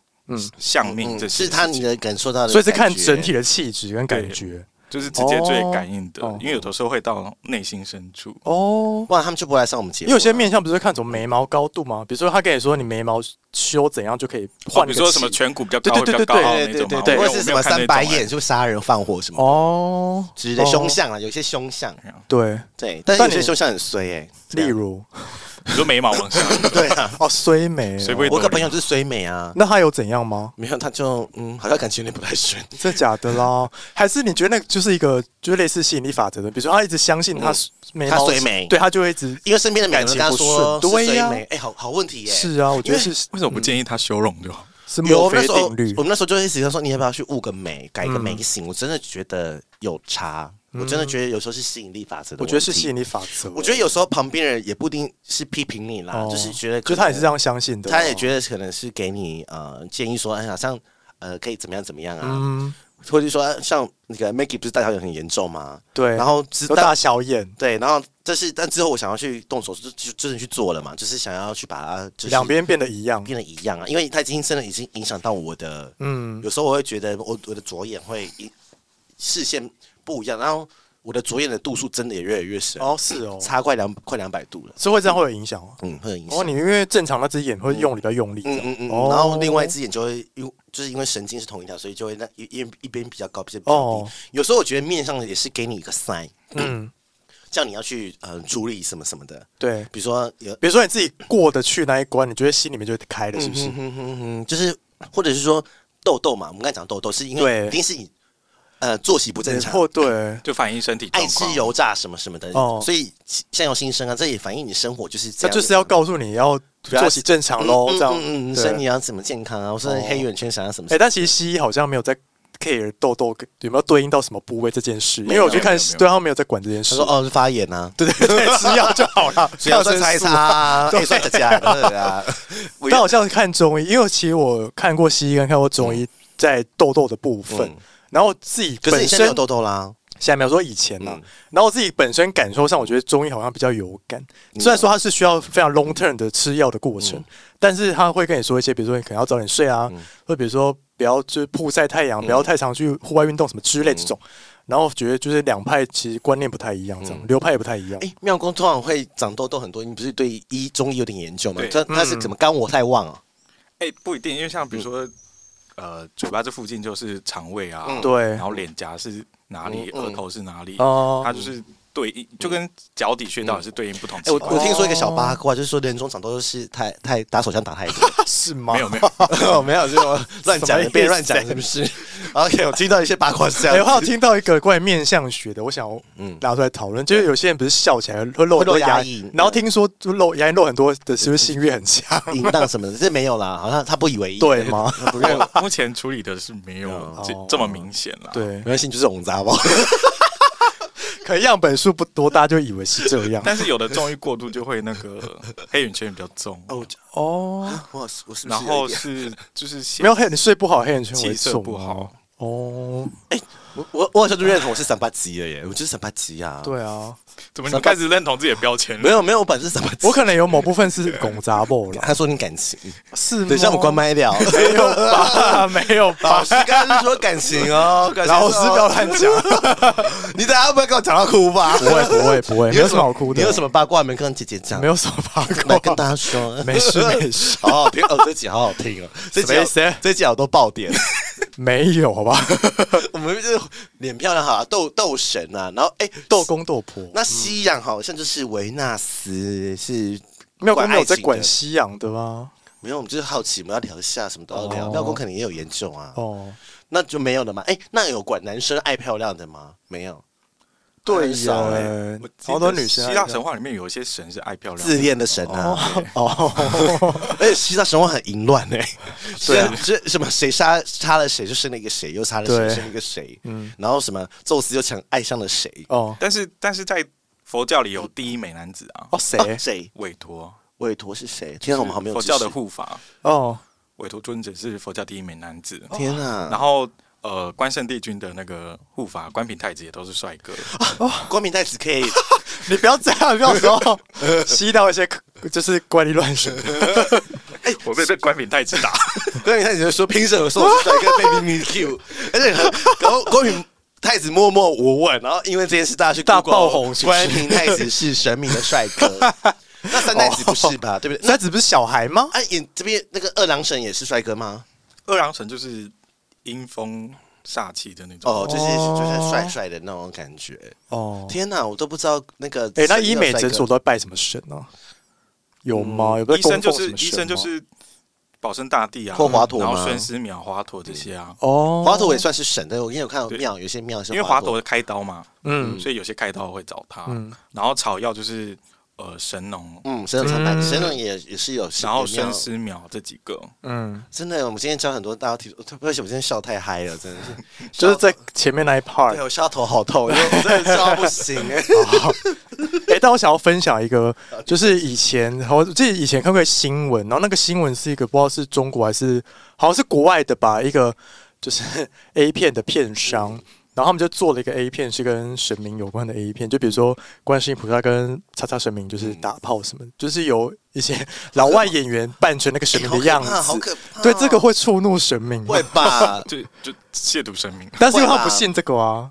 相命这
嗯，
些
是
事情，
他你的感受到的感觉，
所以是看整体的气质跟感
对
觉
就是直接最感应的
哦，
因为有的时候会到内心深处。
哦。
不然他们就不会来上我们节
因
目了。
为有些面相不是看什么眉毛高度吗？比如说他跟你说你眉毛修怎样就可以
或
换
哦比
个
如
气，
说什么颧骨比较高、
对
比
对
较
对
高傲
对
那
对
种
对
吗？
对，
我
或
没
者
有
是什
没有
么
看那
三白
种欸
眼，就杀人放火什么
哦
之类，凶
凶
相啊，有些凶相，
对，
对，但是
但
有些
你
凶相很衰哎，
例如
你说眉毛往上，
对啊，
哦衰眉哦，
谁不 会
我有个朋友就是衰美啊，
那他有怎样吗？
没有，他就嗯，好像感觉有点不太顺。
真的假的啦？还是你觉得那就是一个就是类似吸引力法则的？比如说他一直相信他眉毛
嗯他衰眉
对他就会一直
因为身边的每个人都跟他说
感情不顺
是
对
衰
呀
美，哎，好好问题耶。
是啊，我觉得是嗯
为什么不建议他修容就好？
是
有
墨
我们那
菲
时候
定律
我。们那时候就会时常说，你要不要去雾个眉，改个眉形？我真的觉得有差，我真的觉得有时候是吸引力法则的
我
问
觉得是
题
吸引力法则。
我觉得有时候旁边人也不一定是批评你啦，
哦
就是觉得可
就
能
他也是这样相信的，哦
他也觉得可能是给你呃建议说，哎，好像呃可以怎么样怎么样啊，
嗯，
或者说像那个 Maggie 不是大小眼很严重吗？
对，
然后知
都
道
大小眼，
对，然后这是但之后我想要去动手术，就就真的去做了嘛，就是想要去把它就是
两边变得一样。
变得一样啊，因为他已经真的已经影响到我的，
嗯，
有时候我会觉得我我的左眼会一视线不一样，然后我的左眼的度数真的也越来越深，
哦，是哦，
差快两快两百度了，
是会这样会有影响哦。
嗯，会有影响
哦，。你因为正常那只眼会用力比较用力，
嗯
这样
嗯嗯，
哦
然后另外一只眼就会因就是因为神经是同一条，所以就会那一一一边比较高，一边比较低。
哦
有时候我觉得面上也是给你一个 sign，
嗯，
叫你要去呃处理什么什么的，
对。
比如说有，
比如说你自己过得去那一关，你觉得心里面就开了，是不是？
嗯哼哼哼，就是或者是说痘痘嘛，我们刚才讲痘痘是因为
对
一定是你呃作息不正常。
或 对，
就反映身体状
爱吃
况。
油炸什么什么的，
哦
所以像有新生啊，这也反映你生活就是这
那
样，
就是要告诉你要作息正常喽，这样。
嗯嗯嗯，
对
身体要怎么健康啊，或是
哦
黑眼圈想要什么
哎、，但其实西医好像没有在 care 痘痘有没有对应到什么部位这件事，因
有
为我去看
没有没有
对他们没有在管这件
他
事
说。哦是发炎啊，
对 对对，吃药就好了，
只要
抗
算
生
猜
素
差啊，也算假假的啊。我
但好像是看中医，因为其实我看过西医跟看过中医在痘痘的部分，
嗯
然后我自己
可是你
本
现在
身
没有痘痘啦，
现在没有说以前啦、
嗯
然后我自己本身感受上，我觉得中医好像比较有感，
嗯
虽然说它是需要非常 long term 的吃药的过程，但是他会跟你说一些，比如说你可能要早点睡
嗯
啊，或者比如说不要就是曝晒太阳，不要太常去户外运动什么之类这
嗯
种。然后觉得就是两派其实观念不太一样，这样、流派也不太一样。
哎，妙公通常会长痘痘很多，你不是对医中医有点研究吗
对？
他他是怎么肝火太旺啊？
哎、不一定，因为像比如说，呃，嘴巴这附近就是肠胃啊，
嗯
对
然后脸颊是哪里，
嗯嗯
额头是哪里，
哦
它就是对应，就跟脚底穴道也是对应不同器
哎，我
官。
我 听说一个小八卦，就是说人中长痘痘是太太打手枪打太 多，
是吗？
没有没有，
没有，就是乱
什么
讲
意，思
别乱讲是不是 ？OK，我听到一些八卦是这
哎、
样
我
子，
还有听到一个关于面相学的，我想要拿出来讨论，就是有些人不是笑起来嗯会露嗯
会
很
露
多
牙
牙
龈
龈，然后听说就露牙龈露很多的，是不是性欲很强？
淫荡什么的，这没有啦，好像他不以为意。
对吗？
不认为，
目前处理的是没有这、这么明显啦。，
哦对
没，关系，你就是红杂包。
可能样本数不多，大家就以为是这样。
但是有的纵欲过度就会那 个黑眼圈比较重，
哦，
哦，
我 我是不是
然
有
后
一点
是就是现
没有黑，你睡不好，黑眼圈
气
会
色
重吗
不好。
哦，
我我我好像就认同我是三八级了耶，我就是三八级啊。
对啊，
怎么你开始认同自己的标签
没
了？
有没有，我本身什么？
我可能有某部分是拱杂爆了，
他说你感情，
是吗。
等一下我们关麦聊。
没有吧？ 没有
老
吧
师？刚刚是说感情哦， 感情哦
老师不要，乱讲，
你等下会不会跟我讲到哭吧？
不会不会不会，
你
没有什么好哭的。
你有什么八卦没跟姐姐讲？
没有什么八
来跟
卦，
大家说。
没事没事，
好好听 哦，这集好好听哦，这集
什么
好
意思
这集好多爆点。
没有好吧？
我们就是脸漂亮哈，斗斗神啊，然后哎
斗公斗婆，
那西洋好像就是维纳斯是
妙公没有在
管爱
管
情的
西洋的吗？
没有，我们就是好奇，我们要聊一下，什么都要聊。
哦
妙公肯定也有研究啊，
哦，
那就没有了嘛。哎，那有管男生爱漂亮的吗？没有，
对
很少哎
耶
我，记
好多
得
女
啊
生啊
希腊神话里面有一些神是爱漂亮的，
自恋的神 啊。
哦，
而且希腊神话很淫乱哎、
对 啊
这这什么谁杀杀了谁就生了一个谁，又杀了谁
对
生了一个谁，嗯，然后什么宙斯又想爱上了谁，
哦
但是但是在佛教里有第一美男子啊，
哦谁
啊谁
韦陀，
委托是谁？天啊，我们好没有
佛
知
教
识
的护法，
哦
韦陀尊者是佛教第一美男子。
天啊，
然后呃，关圣帝君的那个护法关平太子也都是帅 哥，
光明太子可以，
你不要这样，不要说吸到一些就是怪力乱 哎神。
哎
我被被关平太子打。
光明太子就说凭什么说我是帅哥被咪咪 Q，而且然后光明。太子默默无闻，然后因为这件事大家去
大
Google
爆红是不
关
是
平太子是神明的帅哥， 那三太子不是吧？对不对？
那只不是小孩吗？
那啊，演这边那个二郎神也是帅哥吗？
二郎神就是阴风煞气的那种。
哦，就是
哦
就是帅帅的那种感觉。
哦，
天哪，我都不知道那个。
哎、那医美诊所都在拜什么神呢、有吗？有没有
医生
供
就
奉
是
什么神
医
吗
生就是保生大帝啊，
或华佗
然后
吗
孙思邈、华佗这些啊。
哦，
华佗也算是神的，我因为有看到庙，有些庙是
因为华
华
佗开刀嘛，
嗯
所以有些开刀会找他
嗯。
然后草药就是呃神农，
嗯，神农尝百，神农也也是有，
然后
也没有
孙思邈这几个，
嗯，
真的，我们今天教很多大家题，而且我今天笑太嗨了，真的是，
就是在前面那一 part
对。我笑到哎头好 痛，因为我真的笑到不行哎。
哎、但我想要分享一个，就是以前，然后我记得以前看过一个新闻，然后那个新闻是一个不知道是中国还是好像是国外的吧，一个就是 A 片的片商，然后他们就做了一个 A 片，是跟神明有关的 A 片，就比如说观世音菩萨跟叉叉神明
嗯
就是打炮什么，就是有一些老外演员扮成那个神明的样子，
哎好可怕好可怕
对，这个会触怒神明，
会 吧？
就就亵渎神明。
但是因为他
会吧
不信这个啊，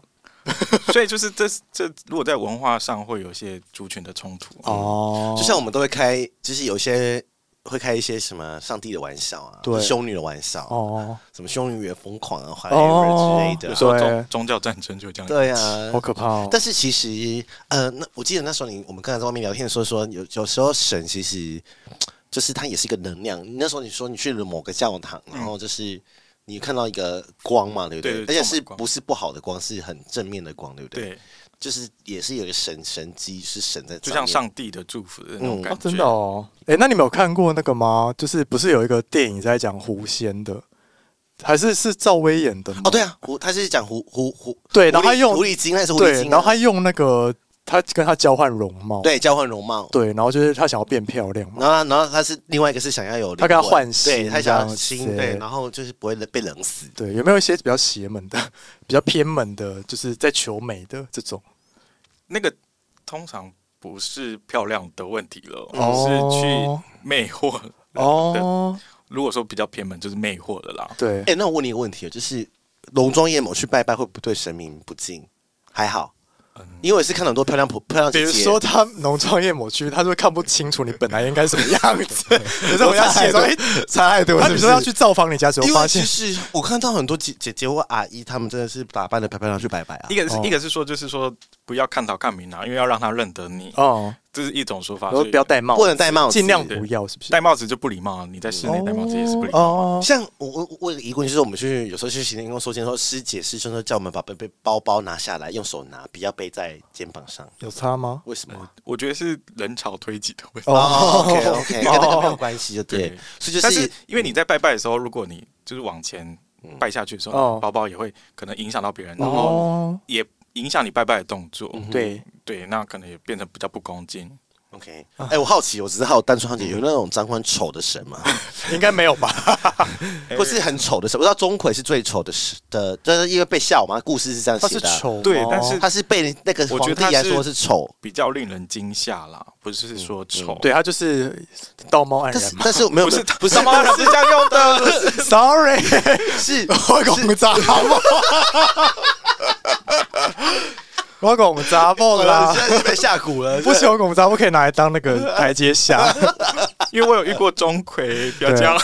所以就是这这，如果在文化上会有一些族群的冲突，啊
哦，
嗯就像我们都会开，就是有一些会开一些什么上帝的玩笑啊，
对
修女的玩笑，
哦，
什么修女也疯狂啊，怀
哦
孕之类
有
的
时，候
对
宗宗教战争就这样。
对呀、
好可怕哦，
但是其实，呃，那我记得那时候你我们刚才在外面聊天说说，有有时候神其实就是它也是一个能量。那时候你说你去了某个教堂，
嗯
然后就是你看到一个光嘛，对不对？
对对
而且是
充满光
不是不好的光，是很正面的光，对不对？
对，
就是也是有一个神神机，是神在
就像
面
上帝的祝福的那
嗯
种感
哦
觉。，
真的哦，哎、那你们有看过那个吗？就是不是有一个电影在讲狐仙的，还是是赵薇演的吗
哦，对啊，狐他是讲狐狐狐，
对然
狐
后
狸
他用
狐狸精，那是狐狸
对
精啊，
然后他用那个他跟他交换容貌，
对交换容貌，
对，然后就是他想要变漂亮嘛，
然后然后他是另外一个是想要有
他跟他
灵魂
换心
对他想
这
要
样
心
子
对，然后就是不会被冷死。
对，有没有一些比较邪门的、 比较偏门的，就是在求美的这种？
那个通常不是漂亮的问题了，
哦
是去魅惑。
哦，
如果说比较偏门，就是魅惑的啦。
对，
哎、那我问你一个问题，就是浓妆艳抹去拜拜会不对神明不敬？还好，
嗯
哦
因为我是看到很多漂亮婆漂亮
比
姐
如
姐，
说他浓妆艳抹去，他就会看不清楚你本来应该什么样 子，可是我要写说，哎，
残害的
他比如说要去造访你家时候，
因
发
为
现
其实我看到很多姐姐姐或阿姨，她们真的是打扮的漂漂亮亮去拜拜啊
一。个是、
哦
一个是说，就是说不要看头看明啊，因为要让他认得你，
哦，
这是一种说法。
然后
所以
不要戴帽子，
不能戴帽子
尽量不要，是不是？
戴帽子就不礼貌啊，你在室内戴帽子也是不礼貌。
哦，
像我我我有一个疑问就是，我们去有时候去行天宫收钱的时候，师姐师兄都叫我们把背背包包拿下来，用手拿，不要背在肩膀上。
有差吗？
为什么？
我觉得是人潮推挤的问题。
哦，OK OK，跟那个没有关系，就对
对。
所以就
但
是
是因为你在拜拜的时候，如果你就是往前拜下去的时候，
哦
你包包也会可能影响到别人，然后
哦，嗯
也影响你拜拜的动作。
对，
对，那可能也变成比较不恭敬。
OK。哎，我好奇，我只是好单纯好奇，有那种长宽丑的神吗？
嗯应该没有吧？
或是很丑的神？我知道钟馗是最丑的神的，就是因为被笑嘛，故事是这样
他
写
是
的啊。
丑吗，哦
对但是
他是被那个
我
皇
觉得
帝
他
来
是
说是丑，
比较令人惊吓啦，不是
嗯
说丑。
对他就是道貌
但
岸
是
然嘛。
但是没有
不是
不是
猫是这样用的，
Sorry，
是
我讲杂报， 我讲杂报
啦，
啦
现。在 是被吓唬了。
不行，我讲杂报可以拿来当那 个台阶下，
因为我有遇过钟馗，不要
啊
这样，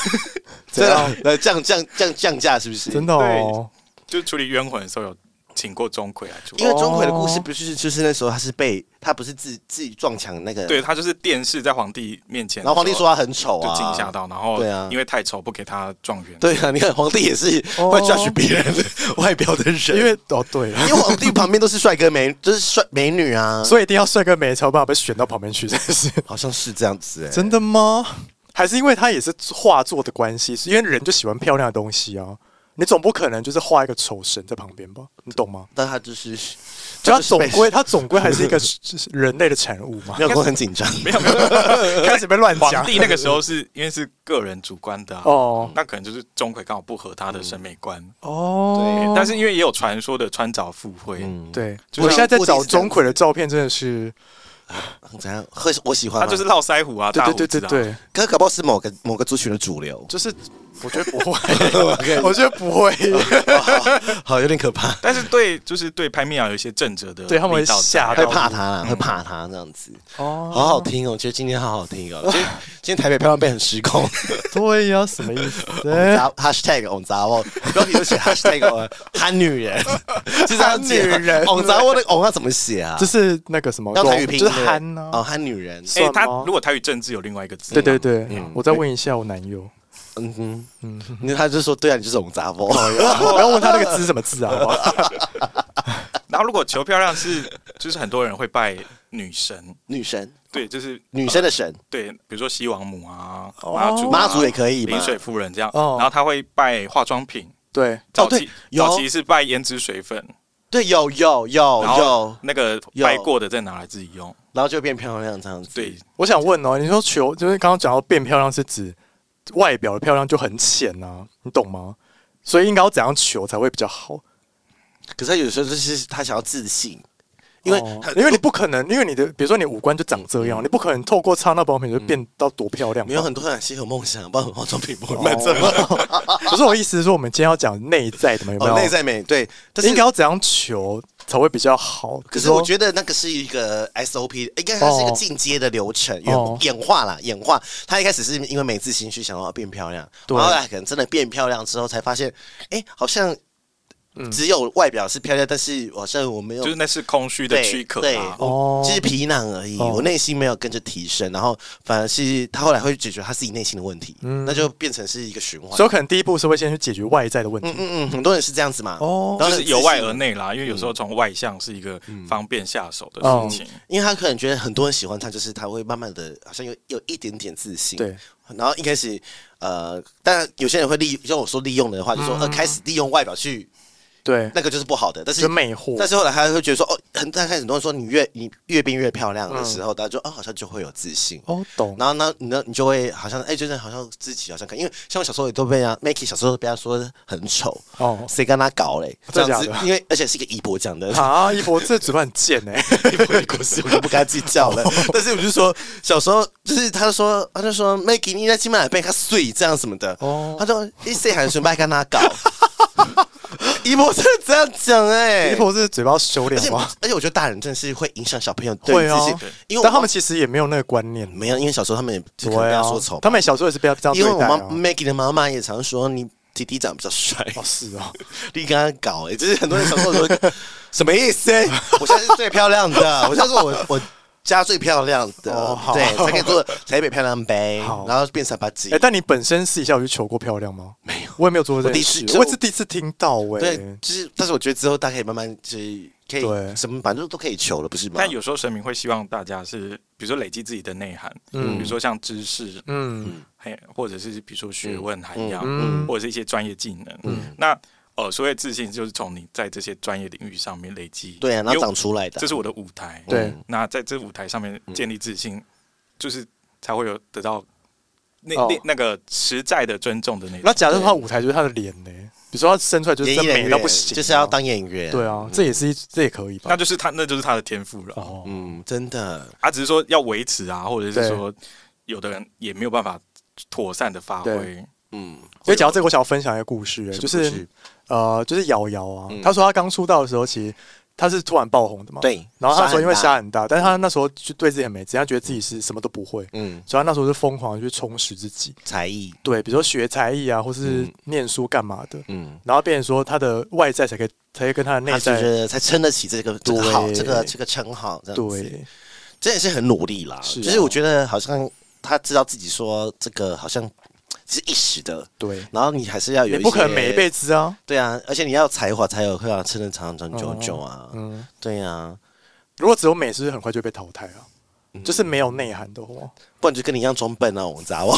真
这样
的，呃，降降降降价是不是？
真的哦。
就处理冤魂的时候有请过钟馗来处
因
理
为。钟馗的故事不是就是那时候他是被他不是自自己撞墙那个，
对，他就是电视在皇帝面前，
然后皇帝说他很丑
就
啊，
惊吓。到，然后
对啊
因为太丑不给他状元，
对啊，你看皇帝也是
哦
会 judge 别人的外表的人，
因为哦对了，
因为皇帝旁边都是帅哥美， 就是帅美女啊，
所以一定要帅哥美才有办法被选到旁边去，真的是。
好像是这样子哎。
真的吗？还是因为他也是画作的关系？是因为人就喜欢漂亮的东西啊。你总不可能就是画一个丑神在旁边吧？你懂吗？
但他就是，
就他
是
总
被
归他总归还是一个 就是人类的产物嘛
没。有，我很紧张。
没有没有，
开始被乱
皇
讲
帝那 个时候是因为是个人主观的啊
哦
那可能就是钟馗刚好不合他
嗯
的审美观，
哦
对，但是因为也有传说的穿凿附会，
嗯
对，
就
我
像
现在在
布
找
迪斯这样
钟馗的照片，真的是
怎样？会我喜欢
他
吗，
就是络腮胡啊，
对
大
对
胡
对
子
对
啊，
对，，
可是搞不好是某个某个族群的主流
就是我觉得不会， 我觉得不会，
好有点可怕，
但是对，就是对拍面啊有一些正则的 力道在，
对他们会吓
会
到
怕他啦，会怕他这样子。
哦
好好听哦，我觉得今天好好听哦。今天今天台北漂亮被很失 控
对呀，什么意 思？
杂，#hashtag 我杂哦，标题就写 #hashtag 我憨女人，就这样写
憨女人
我杂哦，那我要怎么写啊
就？是那个什么，
要台语拼音
就是憨啊呢
哦，。憨女人。
哎、
算
他
吗
如果台语政治有另外一个字，
对对，对
嗯，
我再问一下我男 友。
嗯哼，嗯，那他就说对啊，你就是我杂哦。
不要问他那个字是什么字啊，好不好？
哦
然后如果求漂亮是，就是很多人会拜女神，
女神，
对，就是
女生的神
对，比如说西王母啊、
哦
妈祖啊、
妈祖也可以嘛
临？水夫人这样，
哦
然后他会拜化妆品，
对，
哦
早
对
期
有
早期是拜胭脂水粉，
对，有有有
然后
有，
那个
有
拜过的再拿来自己用。
然后就变漂亮这样子。
对，
我想问哦，你说求就是刚刚讲到变漂亮是指外表的漂亮就很浅啊，你懂吗？所以应该要怎样求才会比较好？
可是他有时候就是他想要自信，因为
哦
他
因为你不可能，因为你的比如说你五官就长这样，你不可能透过擦那保养品就变到多漂亮吧。
嗯没有很多人其实有梦想，包括化妆品不会卖这么
可是我意思是说，我们今天要讲内在的嘛，有哦
哦，
没有？
内在美对，但是
应该要怎样求才会比较好？
可是我
得
觉得那个是一个 SOP，应该它是一个
哦
进阶的流程，
哦
演演化啦，演化。他一开始是因为美自心虚，想要变漂亮，
对
然后后来可能真的变漂亮之后，才发现，哎，好像
嗯
只有外表是漂亮，但是好像我没有
就是那是空虚的
对
躯壳
对
啊，
哦
我只是皮囊而已，
哦
我内心没有跟着提升，然后反而是他后来会解决他自己内心的问题，
嗯
那就变成是一个循环
所以。我可能第一步是会先去解决外在的问
嗯
题。
嗯嗯，很多人是这样子嘛，
哦
然
就
后嗯
是由外而内啦，因为有时候从外向是一个方便下手的
哦
事情。
因为他可能觉得很多人喜欢他，就是他会慢慢的，好像有有一点点自信。
对。
然后一开始，呃，当然有些人会利，像我说利用的话，就
嗯
说、呃，开始利用外表去，
对，
那个就是不好的。但是
就，魅惑。
但是后来他会觉得说，哦，很，但开始很多人说你越你越变越漂亮的时候，大家就哦，好像就会有自信。
嗯哦，懂。
然后呢，你呢，你就会好像哎，就是好像自己好像看，因为像我小时候也都被人家 Macky 小时候被他说很丑，
哦
谁跟他搞嘞？这
真的
样子
假，的
因为而且是一个姨婆讲 的，
啊，一博这嘴巴很贱 哎、
故事 我就不跟他计较 了。但是我就说，小时候就是他就说，他就说 Maggie，你在金马被他碎这样什么的。
哦
哦，他说一岁喊什么跟他搞。 姨婆真的这样讲哎、
一博这嘴巴要修
而
炼
且
吗？
而且我觉得大人真的是会影响小朋友对
会
于自
啊
信，，因为
但他
我
们其实也没有那个观念。
没有，因为小时候他们也就可能
对
被
啊
他说丑，，
他们小时候也是被他这样
因为
对
我
待、
妈嗯
啊。
Maggie 的妈妈也常说你弟弟长得比较帅，
哦，是哦，
你跟他搞哎、就是很多人小时候说什么意思、我现在是最漂亮 的，我现在是我我家最漂亮的，
哦好
对，才可以做台北漂亮杯
好，
然后变成把几
哎、。但你本身私底下有去求过漂亮吗？没有，我也没有做过这
我第
件
一次
事，
就
我也是第一次听到哎、
对，就是，但是我觉得之后大家可以慢慢就是可
对
以什么，反正都可以求了，不是吗？
但有时候神明会希望大家是，比如说累积自己的内涵，比如说像知识，
嗯
嘿，或者是比如说学问涵养，
嗯
或者是一些专业技能。那呃，所谓自信，就是从你在这些专业领域上面累积。
对啊，然后
因为
长出来的，
这是我的舞台。
对嗯
那在这舞台上面建立自信，就是才会有得到那
哦
那那个实在的尊重的那
那
种。
假设他舞台就是他的脸呢、比如说他生出来就是
演
真
艺人
美
员
到不行啊、
就是要当演员。
对，啊，这也是一这也可以吧？
那就是他，那就是他的天赋了。
哦，
嗯，真的，
啊，只是说要维持啊，或者
对
是说有的人也没有办法妥善的发
对
挥。
嗯，
所以讲到这个，我想要分享一个故事、欸
什么
就是
故事
呃，就是瑶瑶啊，
嗯
她说她刚出道的时候，其实她是突然爆红的嘛，。
对，
然后她那时候因为
杀
沙很大，但是她那时候就对自己很没自信，她觉得自己是什么都不会，
很大，嗯，
所以她那时候就疯狂的去充实自己，
才艺，
对，比如说学才艺啊，或是
嗯
念书干嘛的，
嗯，
然后变成说她的外在才可以，才可以跟她的内
他就觉
在。
得才撑得起这个这个号，
对
这个这个称号，这样子。
对，
真的是很努力啦。
是啊
就是我觉得好像他知道自己说这个好像是一时的，
对，
然后你还是要有
你
一
不可能
些
每一辈子啊，
对啊，而且你要有才华才有办法撑得长长久久啊。
嗯，
对啊，
如果只有美，是不是很快就被淘汰啊？
嗯
就是没有内涵的话，
不然就跟你一样装笨啊，王 杂王。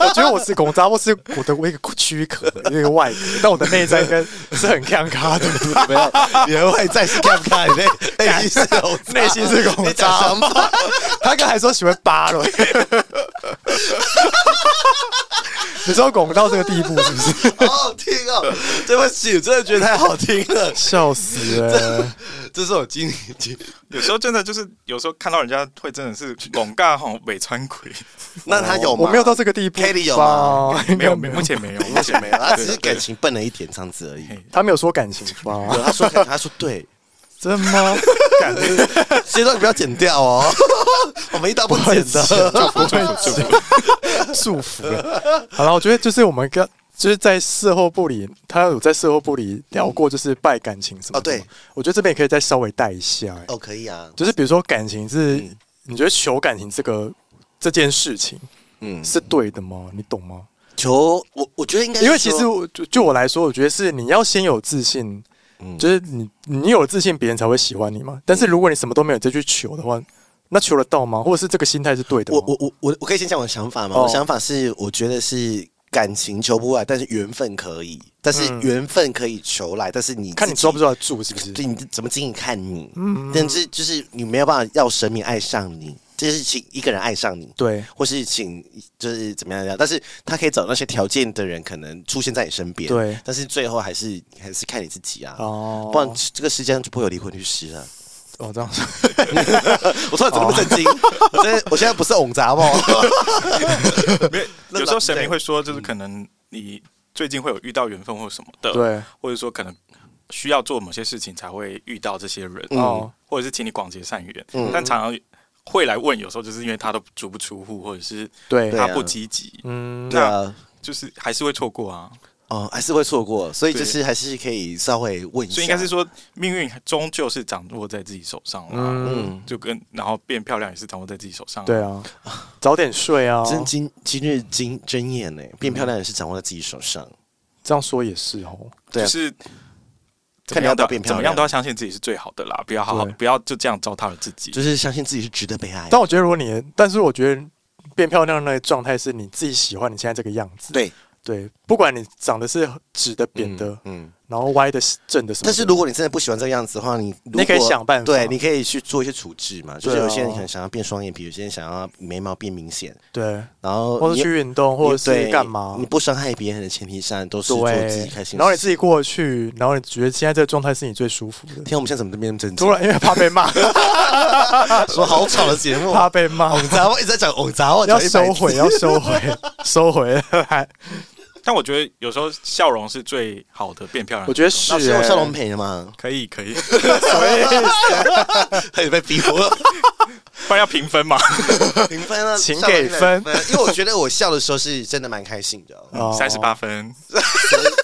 我觉得我是公渣，我是我的我一个躯壳，一 个外壳，但我的内在应该是很看咖的，
没有，你的外在是看不看？你内内心是王杂
内心是公
你讲
渣
什。么？
他刚才说喜欢八 轮，你说拱到这个地步是不是？
好好听 哦！对不起，真的觉得太好听了。
笑死了！
这是我今今，
有时候真的就是，有时候看到人家会真的是广尬吼北川鬼，
那他有吗？
我没有到这个地步
Kelly 有
吧，应
没
该
有，
没
没
有
目前没有，
目前没有，他只
对
是感情笨了一点这样子而已。
他没有说感情吧？
有他说，他说对，
真吗？感
这段不要剪掉哦， 我们一刀不剪的。
不会 讲祝福了。好了，我觉得就是我们跟就是在事后部里，他有在事后部里聊过，就是拜感情什么的
哦
嘛
对，
我觉得这边也可以再稍微带一下、欸
哦，可嗯以啊，
就是比如说感情是，你觉得求感情这个这件事情
嗯，
是对的吗？你懂吗？
球，我我觉得应该是
因
说，
为其实我就就我来说，我觉得是你要先有自信，
嗯嗯
就是你你有自信，别人才会喜欢你嘛。但是如果你什么都没有再去求的话，那求得到吗？或者是这个心态是对的吗？
我我我我我可以先讲我的想法吗？
哦
我的想法是，我觉得是感情求不来，但是缘分可以，但是
嗯
缘分可以求来，但是你
看你抓不嗯抓得住，是不是？
对你怎么经营看你，但是就是你没有办法要神明爱上你，这是请一个人爱上你，
对，
或是请就是怎么样怎么样，但是他可以找那些条件的人，可能出现在你身边，
对
但是最后还是还是看你自己啊，
哦，
不然这个世界上就不会有离婚律师了。
哦这样说，
我突然怎么那么震惊？
哦
我真的我现在不是哄杂 吗？
啊
没有，有时候神明会说，
嗯
就是可能你最近会有遇到缘分或什么的，，
对，
或者说可能需要做某些事情才会遇到这些人，
哦
或者是请你广结善缘，
嗯
但常常会来问，有时候就是因为他都足不出户，或者是
对，
对
他
啊
不积极，
嗯，
对啊。
就是还是会错过啊。
哦，还是会错过，所以就是还是可以稍微问一下。
所以应该是说，命运终究是掌握在自己手上啦。
啊
嗯，
就跟然后变漂亮也是掌握在自己手上。
对，啊，早点睡啊，
真今今日今真眼呢，变漂亮也是掌握在自己手上。
这样说也是哦，
对
就
啊，
是怎
看
么
你要
样
不要
都
变
怎
漂
么样都
亮，
要相信自己是最好的啦，不要好好
对
不要就这样糟蹋了自己。
就是相信自己是值得被爱的。
但我觉得如果你，但是我觉得变漂亮的那个状态是你自己喜欢你现在这个样子，
对，
对，不管你长得是直的、扁的，
嗯。
然后歪的、正的什么的，
但是如果你真的不喜欢这个样子的话，你如果
你可以想办法
对，你可以去做一些处置嘛。就是
对啊
有些人可能想要变双眼皮，有些人想要眉毛变明显，
对，
然后
或者
哦你
去运动，或者
对
是干嘛
你，不伤害别人的前提下，都是做自己
对
开，心的事。
然后你自己过得去，然后你觉得现在这个状态是你最舒服的。
天啊，我们现在怎么这边正经
突？然因为怕被 骂，
说好吵的节目
怕
啊，
被骂，
杂话一直在讲哦，杂话
要
讲一百
收
次
回，要收回，收回来。
但我觉得有时候笑容是最好的变漂亮的
我
东西。
觉得
老师，
是欸
我笑容陪了 吗？
可以可以，
他也被逼 疯了，
不然要评分嘛，
评分啊了，
请
笑容
给分
因为我觉得我笑的时候是真的蛮开心 的哦。
哦
三十八分。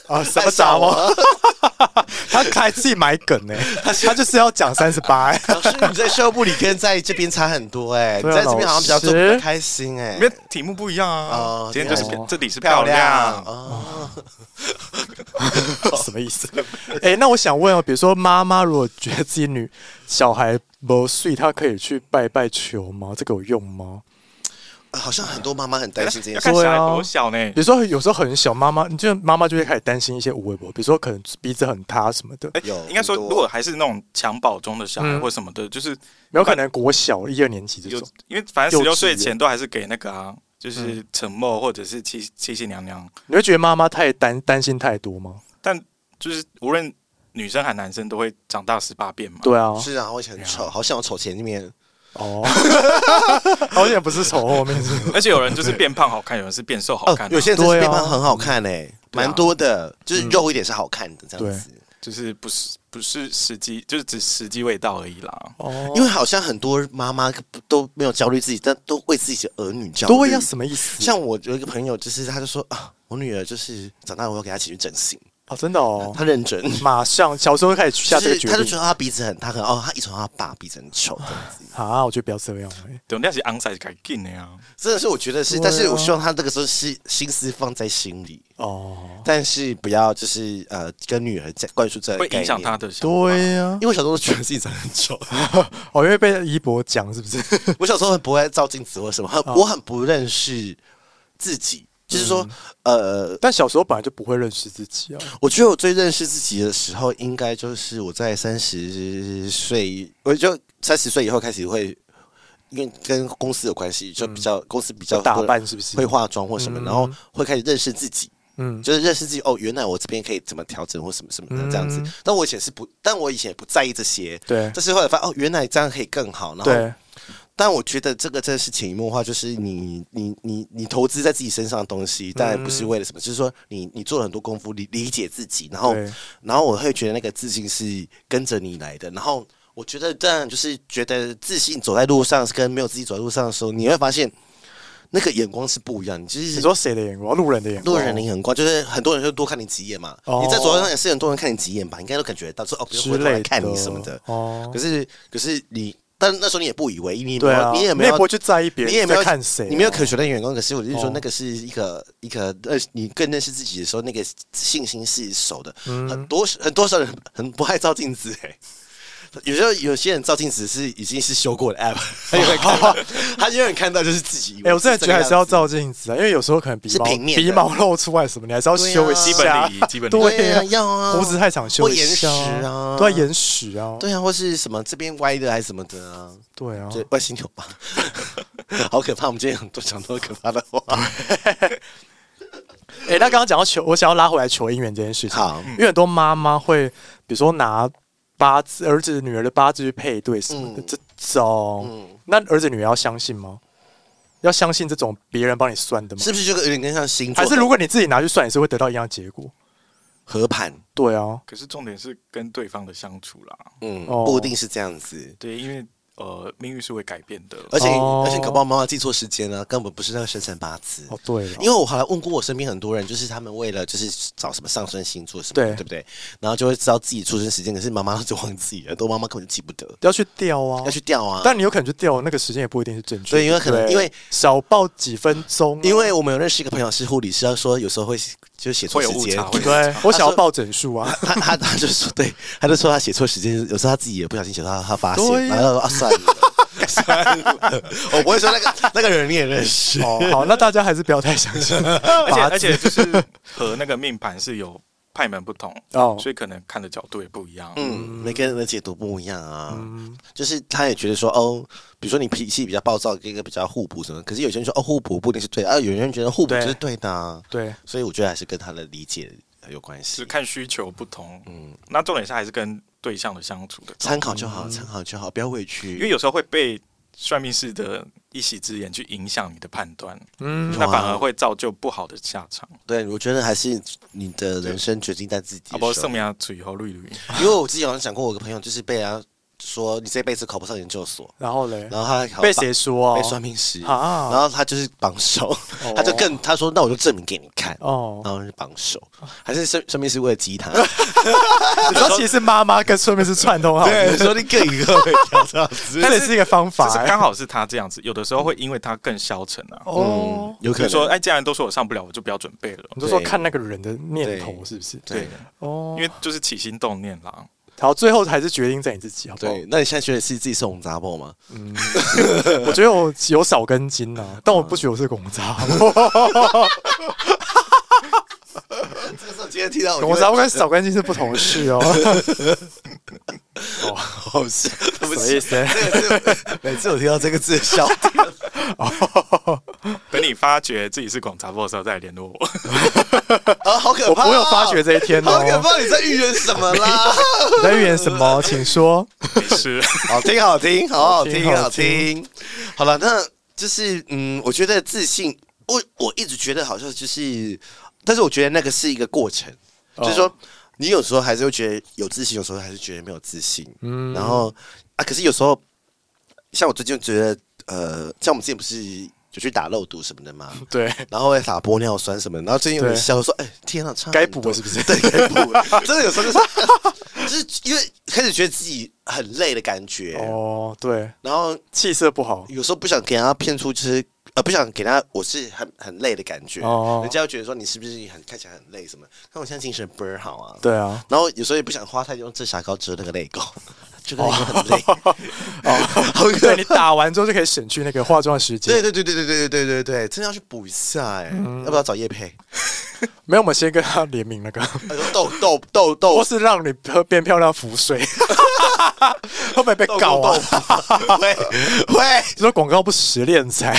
啊，什么傻吗？ 他还自己买梗呢，他就是要讲三十八。 欸
老师，你在社部里跟在这边差很多哎，你
对啊
在这边好像比较做
老师
不开心哎
因。为题目不一样啊
哦，
今天就是
对哦
这里是
漂
漂
亮
亮，
哦，
什么意思？哎、那我想问哦，比如说妈妈如果觉得自己女小孩不睡，她可以去拜拜求吗？这个有用吗？
好像很多妈妈很担心这件
哎要
事。
看小
对
孩
啊
多小呢哎
比。如说有时候很小，妈妈你就妈妈就会开始担心一些无微博，比如说可能鼻子很塌什么的，
哎
有，
应该说，
很多
如果还是那种襁褓中的小孩
嗯
或什么的，就是
有可能国小一二年级这
有
种，，
因为反正十
幼
六
稚
岁
园
前都还是给那个啊，
嗯
就是陈默或者是七七七娘娘，
你会觉得妈妈太担担心太多吗？
但就是无论女生还男生都会长大十八变嘛。
对啊，
是啊，我以前很丑，好想我丑前面。
哦， 好险不是从后面是
而且有人就是变胖好看，有人是变瘦好
哦
看啊，，
有些人真的
对啊
变胖很好看哎，
对啊
蛮多的，就是肉一点是好看的这样
对
子。
就是不是不是时机，就是只时机未到而已啦。
哦，
因为好像很多妈妈都没有焦虑自己，但都为自己的儿女焦虑。
多要什么意思？
像我有一个朋友，就是他就说啊，我女儿就是长大我要给她起去整形，
哦，真的哦，
她认真，
马上小时候开始 下
就
这个
是
决
她就
定
觉得她鼻子很，她可能哦，她遗传她爸鼻子很丑这样 子，
啊，我觉得不要这样哎、
对，那是 on site 改进的呀。
真的是我觉得是，
对啊
但是我希望她这个时候是心思放在心里，
哦，
但是不要就是呃跟女儿在灌输这个
会
概
影响
念
他。的想法。
对呀、
因为我小时候觉得自己长得很 丑，
哦，因为被一博讲 是不是？
我小时候很不爱照镜子或什么，很
哦
我很不认识自己。就是说，
嗯
呃，
但小时候本来就不会认识自己啊。
我觉得我最认识自己的时候，应该就是我在三十岁，我就三十岁以后开始会，因为跟公司有关系，就比较、公司比较
嗯打
多
扮是不是
会化妆或什么，
嗯
然后会开始认识自己，
嗯，
就是认识自己哦，原来我这边可以怎么调整或什么什么的
嗯
这样子。但我以前是不，但我以前也不在意这些。
对
但是后来发现哦，原来这样可以更好。然后，
对，
但我觉得这个真的是潜移默化，就是你你你你投资在自己身上的东西，当然不是为了什么，就是说你你做了很多功夫，理理解自己，然后
对
然后我会觉得那个自信是跟着你来的，然后我觉得当然就是觉得自信走在路上跟没有自己走在路上的时候，你会发现那个眼光是不一样，你就
你
是。
说谁的眼光？路人的眼光。
路人的眼光就是很多人就多看你几眼嘛，
哦
你在走在路上也是很多人看你几眼吧，应该都感觉得到说哦，不用
之
回头来
类
看你什么的。
哦，
可是可是你，但那时候你也不以为意，你也没
对啊
有，，你也没
你也
有
不会去在意别人
你也没有
在看谁啊，
你没有可选的眼光。可是我就是说
哦，
那个是一个、一个呃，你更认识自己的时候，那
嗯
个信心是熟的。很多很多时候人很不爱照镜子、欸，有时候有些人照镜子是已经是修过的 app，他永远看到，他永远看到就是自己以为这个样子。
哎、我真的觉得还是要照镜子啊，因为有时候可能鼻
是
毛
平面的
鼻毛露出来什么，你还是要修一下。
对
啊基本礼仪基本礼仪
对呀、
对啊要啊
胡子太长修一下、
或眼屎啊
对啊，眼屎啊，
对啊，或是什么这边歪的还是什么的啊，
对啊，
对，外星球吧， 好可怕！我们今天很多讲到可怕的话。
哎、那刚刚讲到求，我想要拉回来求姻缘这件事情，
好，
因为很多妈妈会，比如说拿八字儿子女儿的八字去配对什么的，
嗯
这种、
嗯
那儿子女儿要相信吗？要相信这种别人帮你算的吗？
是不是就有点跟像星座
还
的
是如果你自己拿去算，也是会得到一样结果？
合盘？
对啊，
可是重点是跟对方的相处啦，
嗯，
哦
不一定是这样子。
对，因为呃，命运是会改变的。
而且、
哦
而且，搞不好妈妈记错时间了、根本不是那个生辰八字。
哦对了，
因为我好像问过我身边很多人，就是他们为了就是找什么上升星座什么的，
对
对不对？然后就会知道自己出生时间，可是妈妈就忘记了，都妈妈根本就记不得，
要去调啊，
要去调啊。
但你有可能去调，那个时间也不一定是正确的。
对因为可能
对
因为
少报几分钟啊、
因为我们有认识一个朋友是护理师，他说有时候会就写错
会有
时
误
间
差，会有
对 我想要报整 数啊，
他他他就说，对，他就说他写错时间，有时候他自己也不小心写错，他他发
对
现，
呀
然后他说啊算了，算了，我不会说那个那个人你也认识，
哦，好，那大家还是不要太相信
而且
八字
而且就是和那个命盘是有派门不同，
哦
所以可能看的角度也不一样。
嗯，每个人的解读不一样啊，就是他也觉得说哦，比如说你脾气比较暴躁，跟一个比较互补什么，可是有些人说哦互补不一定是对的，啊，有些人觉得互补
对
就是对的、啊，
对，
所以我觉得还是跟他的理解有关
是
系，
看需求不同。
嗯
嗯，那重点是还是跟对象的相处的，
参考就好，参考就好，不要委
因为
屈。
有时候会被算命师的一席之言去影响你的判断，
嗯，
那反而会造就不好的下场。
对，我觉得还是你的人生决定在自己
啊，
手
不，
上。
圣命嘴后绿绿，
因为我之前好像讲过，我有个朋友就是被人家说你这辈子考不上研究所，
然后嘞，
然后他考
被谁说啊？
被算哦命师，
啊
然后他就是榜首， 他就更他说那我就证明给你看，
哦，
然后是榜首，还是算算命师为了激 他，
你说其实妈妈跟算命是串通好的，
啊对，说你更以后会跳这样 子，
这也是一个方
就
法
是
欸
刚好是他这样子，有的时候会因为他更消沉啊。
哦
嗯。，有
比
可
如说，
能，
哎，既然都说我上不了，我就不要准备了。
你就说
对
看那个人的念头是不是？
对
对，
哦
因，为就是起心动念啦。
好，最后还是决定在你自己，好不好？
对，那你现在觉得是自己是红杂货吗？
我觉得我有少根筋呐，但我不觉得我是个公 渣，
这个时候今天听到
公渣跟少根筋是不同的事 哦。
好笑，什
什么意思？
每次我听到这个字的笑 点，
等你发觉自己是广杂货的时候，再联络我。
啊，好可
我
怕！
我有发觉，这一天
好可
哦。
怕！你在预言什 么啦？
你在预言什么？请说。
没 事，
好听，好听，好好听，
好
好
听
听。好了，那就是嗯，我觉得自信，我我一直觉得好像就是，但是我觉得那个是一个过程，就是说你有时候还是会觉得有自信，有时候还是觉得没有自信。嗯，然后啊，可是有时候，像我最近觉得，呃，像我们之前不是。有去打肉毒什么的嘛，
对，
然后会打玻尿酸什么的，然后最近有人
对
笑说：“哎，天啊，差很
该补
多
了是不是？
对，可以补 了。真的有时候就是就是因为开始觉得自己很累的感觉，
哦，对，
然后
气色不好。
有时候不想给他骗出，就是呃不想给他，我是很很累的感觉，
哦
人家会觉得说你是不是很看起来很累什么？但我现在精神倍儿好啊。
对啊，
然后有时候也不想花太多遮瑕膏遮那个泪沟， 这个泪沟很累。 好可
哦对你打完之后就可以省去那个化妆的时间。
对对对对对对对对对，真的要去补一下哎、
嗯
要不要找叶佩？哎
没有，我们先跟他联名那个，
他说豆豆豆豆
或是让你喝变漂亮 浮水，会不会被
豆
告啊？
豆， 喂喂，
就说广告不实敛财。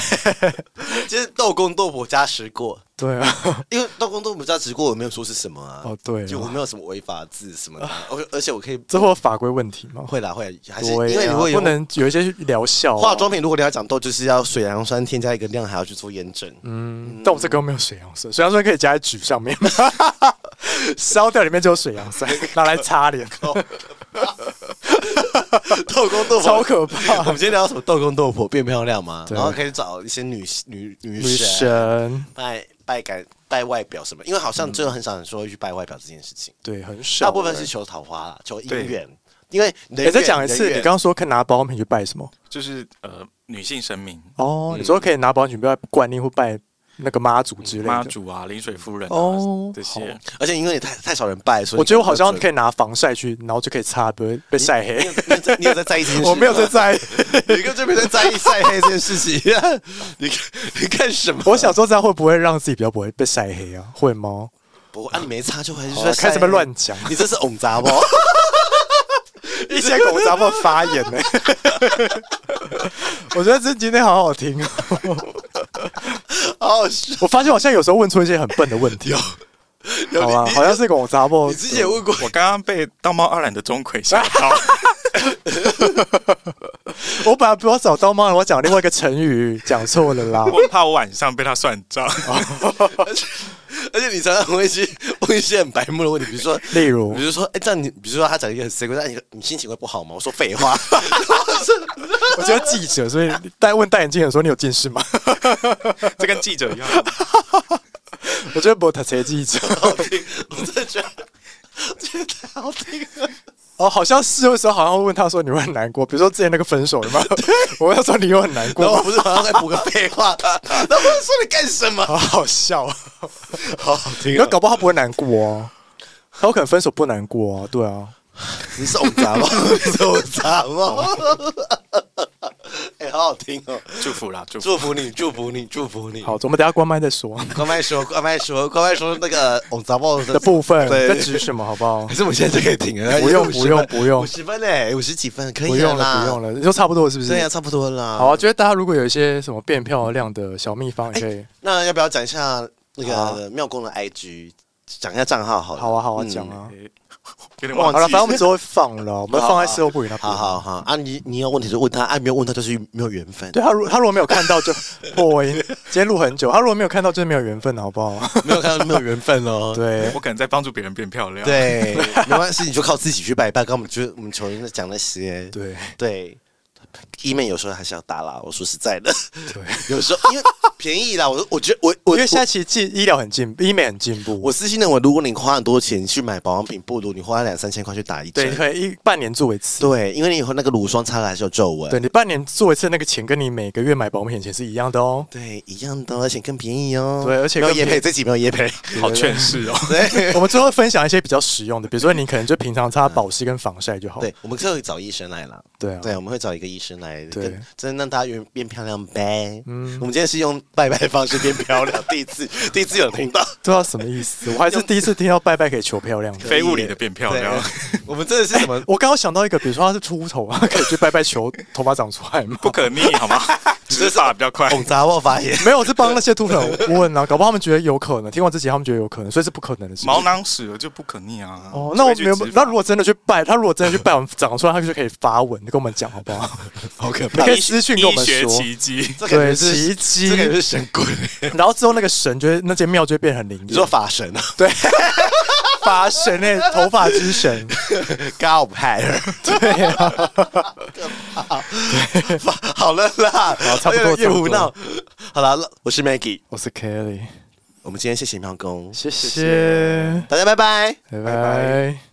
就是豆公豆婆加持过，
对啊，
因为豆公豆婆加持过，我没有说是什么啊。
哦对啊
就我没有什么违法字什么 的，而而且我可以
这会有法规问题吗？
会啦会，还是因
对啊，
为如果有
不能有一些疗效啊
化妆品，如果你要讲痘，就是要水杨酸添加一个量，还要去做验证。
嗯但我这个又没有水杨酸，水杨酸可以加在纸上面，烧掉里面就有水杨 酸，拿来擦脸，
哦豆公豆
超
婆，
可
我
怕。
们今天聊什么？豆公豆婆变漂亮吗？
对
然后可以找一些女女女
女神，嗯
拜拜感拜外表什么，因为好像真的很少人说会去拜外表这件事情，
对，很少欸。
大部分是求桃花啦，求姻
对
缘。因为你的
欸再
缘
讲一次，
人
你
缘
刚刚说可以拿保养品去拜什么？
就是呃，女性神明，
哦，你说可以拿保养品去拜观音或拜那个妈祖之类
妈
的。
祖啊、临水夫人啊、
哦
这些，
而且因为也太太少人拜，所以
我觉得我好像
你
可以拿防晒去，然后就可以擦，不会被晒黑。
你有在你有在在意这件事？
我没有 在，在意，
你根本就没在在意晒黑这件事情。 你你干什么？
我想说这样会不会让自己比较不会被晒黑啊？会吗？
不啊，你没擦就还是
好
说
啊开始被乱讲，
你这是哄杂 不？
一些狗杂们发言 呢、我觉得这今天好好听哦。
好好笑。
我发现我现在有时候问出一些很笨的问题，
有
好吧，
你
好像是狗杂们
你。之前有问过，
我刚刚被道貌岸然的钟馗吓到，
我本来不要找刀猫，我讲另外一个成语，讲错了 啦。
我怕我晚上被他算账。
而且而且你常常会去 问一些很白目的问题，比如说，
例如
比，如说，哎，这样你，比如说他讲一个很 s e 但你你心情会不好吗？我说废话，
我觉得记者，所以戴问戴眼镜的时候，你有近视吗？
这跟记者一样，
我觉得不太才记者。
好听，我真的觉得。 真的太好听了，
哦，好像是有时候好像会问他说你会很难过，比如说之前那个分手了吗？我问他说你有很难
然后我
过吗，
不是马上再补个废 话，然后我就说你干什么？
好好笑、哦。
好好听
你
哦
要搞不好他啊不会难过哦、他有可能分手不难过啊，对啊。
你是红 杂吗？你是红杂吗？
啊
哎、好好听哦！
祝福啦， 祝福。
祝福你，祝福你，祝福你。
好，，我们等一下关麦再说
关麦说，关麦说，关麦说那个红杂报
的部分在
对，
指什么，好不好
可？是我们现在就可以停了。
不用不用不用
五十分嘞，五十几分可以啊
不用了，不用
了啦，
了，就差不多了是不是？
对呀、差不多啦。
好啊，觉得大家如果有一些什么变漂亮的小秘方，也可以。
哎那要不要讲一下那
好啊
个妙公的 IG，讲一下账号好了？
好啊，好啊，
嗯
讲。啊。
诶哎有点
好
忘
了，
记
反正我们之后会放了，我们放在事后不语那边
好。好好啊，你你有问题就问他，啊，没有问他就是没有缘分。
对啊他如他如果没有看到就 破音，今天录很久，他如果没有看到就是没有缘分，好不好？
没有看到没有缘分 喽。
对，
我可能在帮助别人变漂亮。，
对，没关系，你就靠自己去拜拜。刚刚我们就我们球员讲那些，
对
对，医美有时候还是要打啦。我说实在的，
对，
有时候因为便宜啦，我我觉得我我
因为现在
我
其实进医疗很进步，医美很进步。
我私信认为，如果你花很多钱去买保养品，不如你花两三千块去打一针
对，。可以一半年做一次。
对，因为你以后那个乳霜擦了还是有皱纹。
对你半年做一次那个钱，跟你每个月买保险钱是一样的哦。
对一样的，而且更便宜哦。
对而且
没有
更
叶
便宜
配，这集没有叶配。
好劝世哦。
对
我们最后分享一些比较实用的，比如说你可能就平常擦保湿跟防晒就好。
对，我们可以找医生来啦。
哦对啊，
对，我们会找一个医生来，
对
跟真的让大家变变漂亮呗。嗯，我们今天是用拜拜的方式变漂亮，第一 次，第一次有人听到，
不知道什么意思，我还是第一次听到拜拜可以求漂亮的。
非物理的变漂亮
对。我们真的是什么？
我刚刚想到一个，比如说他是秃头啊，可以去拜拜求头发长出来吗？
不可逆，好吗？植发比较快。
哦
红杂货发言，
没有，我是帮那些秃头问啊，搞不好他们觉得有可能。听完这集，他们觉得有可能，所以是不可能的事。
毛囊死了就不可逆啊！
哦，那我
就
没
会
有
去植。发
那如果真的去拜，他如果真的去拜完长出来，他就可以发文，你跟我们讲好不好？
好可
你可以私讯跟我们
医学
说。
奇 迹，
这感觉
对，
是，
奇迹，
这感觉是神棍。
然后之后那个神就会，那间庙就会变很灵
你说
验，
法神啊
对，发神哎、头发之神，
，God of Hair，
对啊，
好了啦，
差不多
越胡
差不
闹。好了，我是 Maggie，
我是 Kelly，
我们今天谢谢妙公，
谢谢，
大家拜拜。
拜
拜
拜。